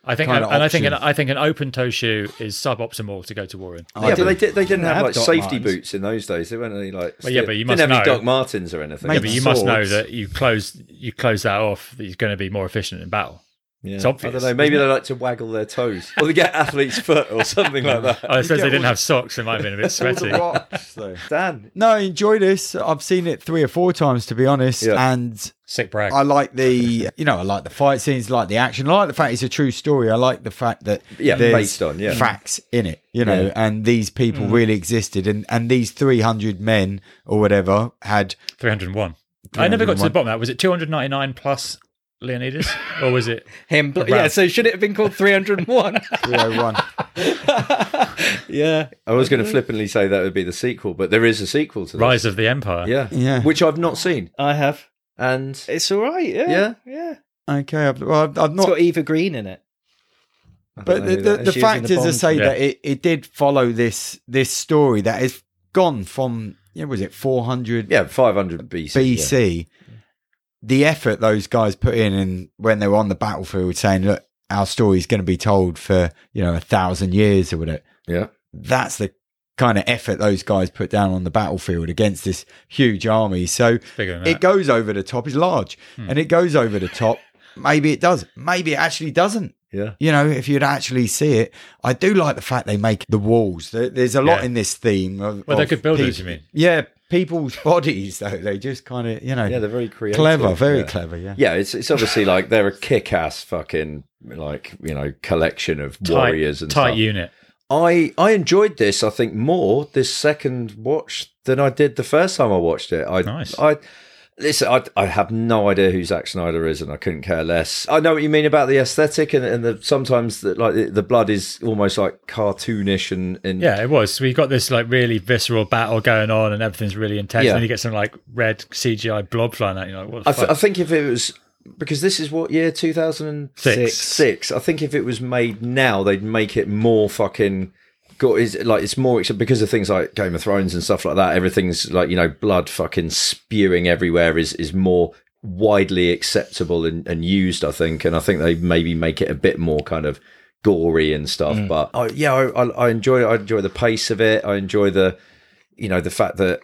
[SPEAKER 1] I think,
[SPEAKER 4] kind of
[SPEAKER 1] and I think, an,
[SPEAKER 4] option.
[SPEAKER 1] I think an open toe shoe is suboptimal to go to war in.
[SPEAKER 2] yeah, but they, did, they didn't
[SPEAKER 3] didn't
[SPEAKER 2] have,
[SPEAKER 3] have
[SPEAKER 2] like
[SPEAKER 3] Doc
[SPEAKER 2] safety
[SPEAKER 3] Martens.
[SPEAKER 2] boots in those days. They weren't any like.
[SPEAKER 1] Well, yeah,
[SPEAKER 2] stiff-
[SPEAKER 1] but you
[SPEAKER 2] didn't
[SPEAKER 1] must
[SPEAKER 2] have any
[SPEAKER 1] know.
[SPEAKER 2] Doc Martens or anything.
[SPEAKER 1] Yeah,
[SPEAKER 4] Mate,
[SPEAKER 1] but you must know
[SPEAKER 4] swords.
[SPEAKER 1] that you close you close that off. That you're going to be more efficient in battle.
[SPEAKER 2] Yeah.
[SPEAKER 1] It's obvious,
[SPEAKER 2] I don't know. Maybe they like to waggle their toes, or they get athlete's foot, or something like that.
[SPEAKER 1] Oh, I suppose
[SPEAKER 4] get
[SPEAKER 1] they
[SPEAKER 4] all
[SPEAKER 1] didn't
[SPEAKER 4] the-
[SPEAKER 1] have socks. It might have been a bit sweaty.
[SPEAKER 4] watch, though.
[SPEAKER 2] Dan,
[SPEAKER 4] No, I enjoy this. I've seen it three or four times, to be honest.
[SPEAKER 2] Yeah.
[SPEAKER 4] And
[SPEAKER 1] Sick brag.
[SPEAKER 4] I like the, you know, I like the fight scenes, I like the action. I like the fact it's a true story. I like the fact that
[SPEAKER 2] Yeah,
[SPEAKER 4] there's
[SPEAKER 2] based on, yeah.
[SPEAKER 4] facts in it, you know,
[SPEAKER 2] Yeah.
[SPEAKER 4] and these people really existed, and and these three hundred men or whatever had
[SPEAKER 1] 301. I never got to the
[SPEAKER 4] 301.
[SPEAKER 1] bottom of that. Was it 299 plus Leonidas, or was it?
[SPEAKER 3] him, but yeah. So should it have been called 301?
[SPEAKER 4] three hundred one.
[SPEAKER 3] yeah.
[SPEAKER 2] I was going to flippantly say that would be the sequel, but there is a sequel to this.
[SPEAKER 1] Rise of the Empire.
[SPEAKER 2] Yeah,
[SPEAKER 4] Yeah.
[SPEAKER 2] which I've not seen,
[SPEAKER 3] I have.
[SPEAKER 2] and
[SPEAKER 3] It's all right. Yeah.
[SPEAKER 2] Yeah?
[SPEAKER 3] Yeah.
[SPEAKER 4] okay, I've, well, I've, I've
[SPEAKER 3] It's
[SPEAKER 4] not
[SPEAKER 3] got Eva Green in it.
[SPEAKER 2] I don't
[SPEAKER 4] but
[SPEAKER 2] know
[SPEAKER 4] the,
[SPEAKER 2] who
[SPEAKER 4] the,
[SPEAKER 2] that
[SPEAKER 4] the
[SPEAKER 3] She was in
[SPEAKER 4] fact
[SPEAKER 3] the
[SPEAKER 4] is to
[SPEAKER 3] Bond.
[SPEAKER 4] say
[SPEAKER 1] Yeah.
[SPEAKER 4] that it, it did follow this this story that is gone from yeah was it 400
[SPEAKER 2] yeah, 500 BC. yeah.
[SPEAKER 4] BC the effort those guys put in and when they were on the battlefield saying look our story's going to be told for you know a thousand years or whatever
[SPEAKER 2] Yeah.
[SPEAKER 4] that's the kind of effort those guys put down on the battlefield against this huge army so
[SPEAKER 1] Bigger than that.
[SPEAKER 4] it goes over the top it's large
[SPEAKER 1] Hmm.
[SPEAKER 4] and it goes over the top maybe it does maybe it actually doesn't
[SPEAKER 2] Yeah.
[SPEAKER 4] you know, if you'd actually see it, I do like the fact they make the walls. There- There's a lot
[SPEAKER 1] Yeah.
[SPEAKER 4] in this theme. Of,
[SPEAKER 1] well, they
[SPEAKER 4] of
[SPEAKER 1] could build it.
[SPEAKER 4] peop-
[SPEAKER 1] You mean?
[SPEAKER 4] Yeah, people's bodies though. They just kind of, you know,
[SPEAKER 2] Yeah, they're very creative.
[SPEAKER 4] clever, very
[SPEAKER 2] yeah.
[SPEAKER 4] clever. Yeah.
[SPEAKER 2] Yeah, it's it's obviously like they're a kick-ass fucking like you know collection of warriors
[SPEAKER 1] tight,
[SPEAKER 2] and
[SPEAKER 1] tight
[SPEAKER 2] stuff.
[SPEAKER 1] unit.
[SPEAKER 2] I I enjoyed this. I think more this second watch than I did the first time I watched it. I,
[SPEAKER 1] Nice.
[SPEAKER 2] I listen. I I have no idea who Zack Snyder is, and I couldn't care less. I know what you mean about the aesthetic and, and the sometimes that like the, the blood is almost like cartoonish and, and
[SPEAKER 1] Yeah, it was. We got this like really visceral battle going on, and everything's really intense.
[SPEAKER 2] Yeah.
[SPEAKER 1] And then you get some like red CGI blob flying out. You're like, what the
[SPEAKER 2] I, th-
[SPEAKER 1] fuck?
[SPEAKER 2] I think if it was because this is what year two thousand and
[SPEAKER 1] Six.
[SPEAKER 2] six. I think if it was made now, they'd make it more fucking. Got is like it's more except because of things like Game of Thrones and stuff like that. Everything's like you know blood fucking spewing everywhere is is more widely acceptable and, and used. I think, and I think they maybe make it a bit more kind of gory and stuff.
[SPEAKER 1] Mm.
[SPEAKER 2] But I, Oh, yeah, I, I, I enjoy it. I enjoy the pace of it. I enjoy the you know the fact that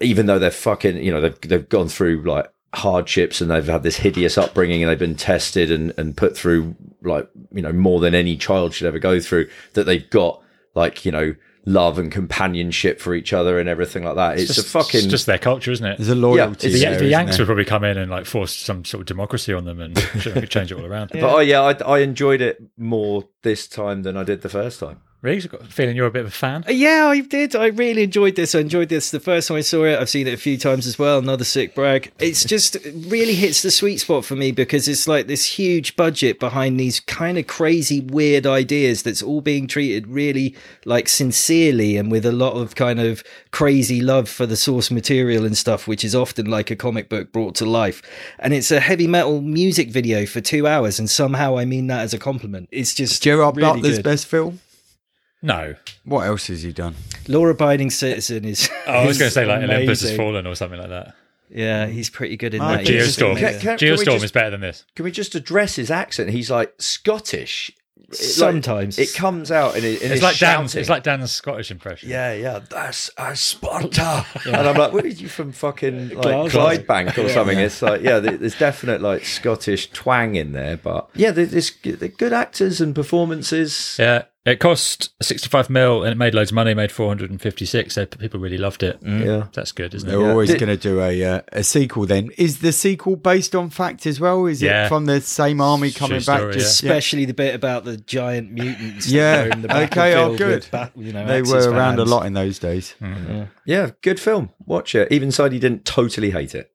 [SPEAKER 2] even though they're fucking, you know, they've they've gone through like hardships and they've had this hideous upbringing and they've been tested and and put through like you know more than any child should ever go through. That they've got like you know love and companionship for each other and everything like that. It's, a
[SPEAKER 1] just,
[SPEAKER 2] fucking
[SPEAKER 1] it's just their culture, isn't it?
[SPEAKER 4] There's a loyalty.
[SPEAKER 2] Yeah,
[SPEAKER 1] the,
[SPEAKER 2] it's-
[SPEAKER 4] there,
[SPEAKER 1] the
[SPEAKER 4] isn't
[SPEAKER 1] Yanks
[SPEAKER 4] there?
[SPEAKER 1] would probably come in and like force some sort of democracy on them and change it all around.
[SPEAKER 2] but oh yeah, I, I enjoyed it more this time than I did the first time.
[SPEAKER 1] Really, I've got a feeling you're a bit of a fan.
[SPEAKER 3] Yeah, I did. I really enjoyed this. I enjoyed this the first time I saw it. I've seen it a few times as well. Another sick brag. It's just it really hits the sweet spot for me because it's like this huge budget behind these kind of crazy, weird ideas that's all being treated really like sincerely and with a lot of kind of crazy love for the source material and stuff, which is often like a comic book brought to life. And it's a heavy metal music video for two hours. And somehow I mean that as a compliment. It's just
[SPEAKER 4] Gerard
[SPEAKER 3] really
[SPEAKER 4] Butler's
[SPEAKER 3] good.
[SPEAKER 4] best film.
[SPEAKER 1] No,
[SPEAKER 4] What else has he done?
[SPEAKER 3] Law abiding citizen is.
[SPEAKER 1] oh, I was going to say like Olympus has
[SPEAKER 3] amazing.
[SPEAKER 1] fallen or something like that.
[SPEAKER 3] Yeah, he's pretty good in
[SPEAKER 4] Oh,
[SPEAKER 3] that.
[SPEAKER 4] Geostorm.
[SPEAKER 3] He's
[SPEAKER 1] Geostorm,
[SPEAKER 2] Can-
[SPEAKER 3] amazing.
[SPEAKER 2] can- can we
[SPEAKER 1] Geostorm
[SPEAKER 2] just-
[SPEAKER 1] is better than this.
[SPEAKER 2] Can we just address his accent? He's like Scottish. It- like,
[SPEAKER 3] Sometimes.
[SPEAKER 2] it comes out and, it, and
[SPEAKER 1] It's like
[SPEAKER 2] shouting.
[SPEAKER 1] Dan's. It's like Dan's Scottish impression.
[SPEAKER 2] yeah, yeah, that's a Sparta. And I'm like, where did you from fucking like
[SPEAKER 3] Glasgow.
[SPEAKER 2] Clydebank or something? It's like, yeah, there- there's definite like Scottish twang in there, but yeah, there- there's they're good actors and performances.
[SPEAKER 1] Yeah, it cost 65 mil and it made loads of money, made 456, so people really loved it.
[SPEAKER 2] Yeah.
[SPEAKER 1] That's good, isn't
[SPEAKER 4] They're
[SPEAKER 1] it?
[SPEAKER 4] always
[SPEAKER 2] Did-
[SPEAKER 4] going to do a uh, a sequel. Then is the sequel based on fact as well? Is
[SPEAKER 1] Yeah.
[SPEAKER 4] it from the same army coming back?
[SPEAKER 1] story,
[SPEAKER 4] just yeah.
[SPEAKER 3] Especially the bit about the giant mutants. that
[SPEAKER 4] Yeah,
[SPEAKER 3] were in the
[SPEAKER 4] okay, oh,
[SPEAKER 3] battlefield
[SPEAKER 4] good.
[SPEAKER 3] with Bat, you know,
[SPEAKER 4] they
[SPEAKER 3] axes
[SPEAKER 4] were
[SPEAKER 3] for
[SPEAKER 4] around a
[SPEAKER 3] hands.
[SPEAKER 4] lot in those days.
[SPEAKER 2] Yeah, good film. Watch it. Even Sidey didn't totally hate it.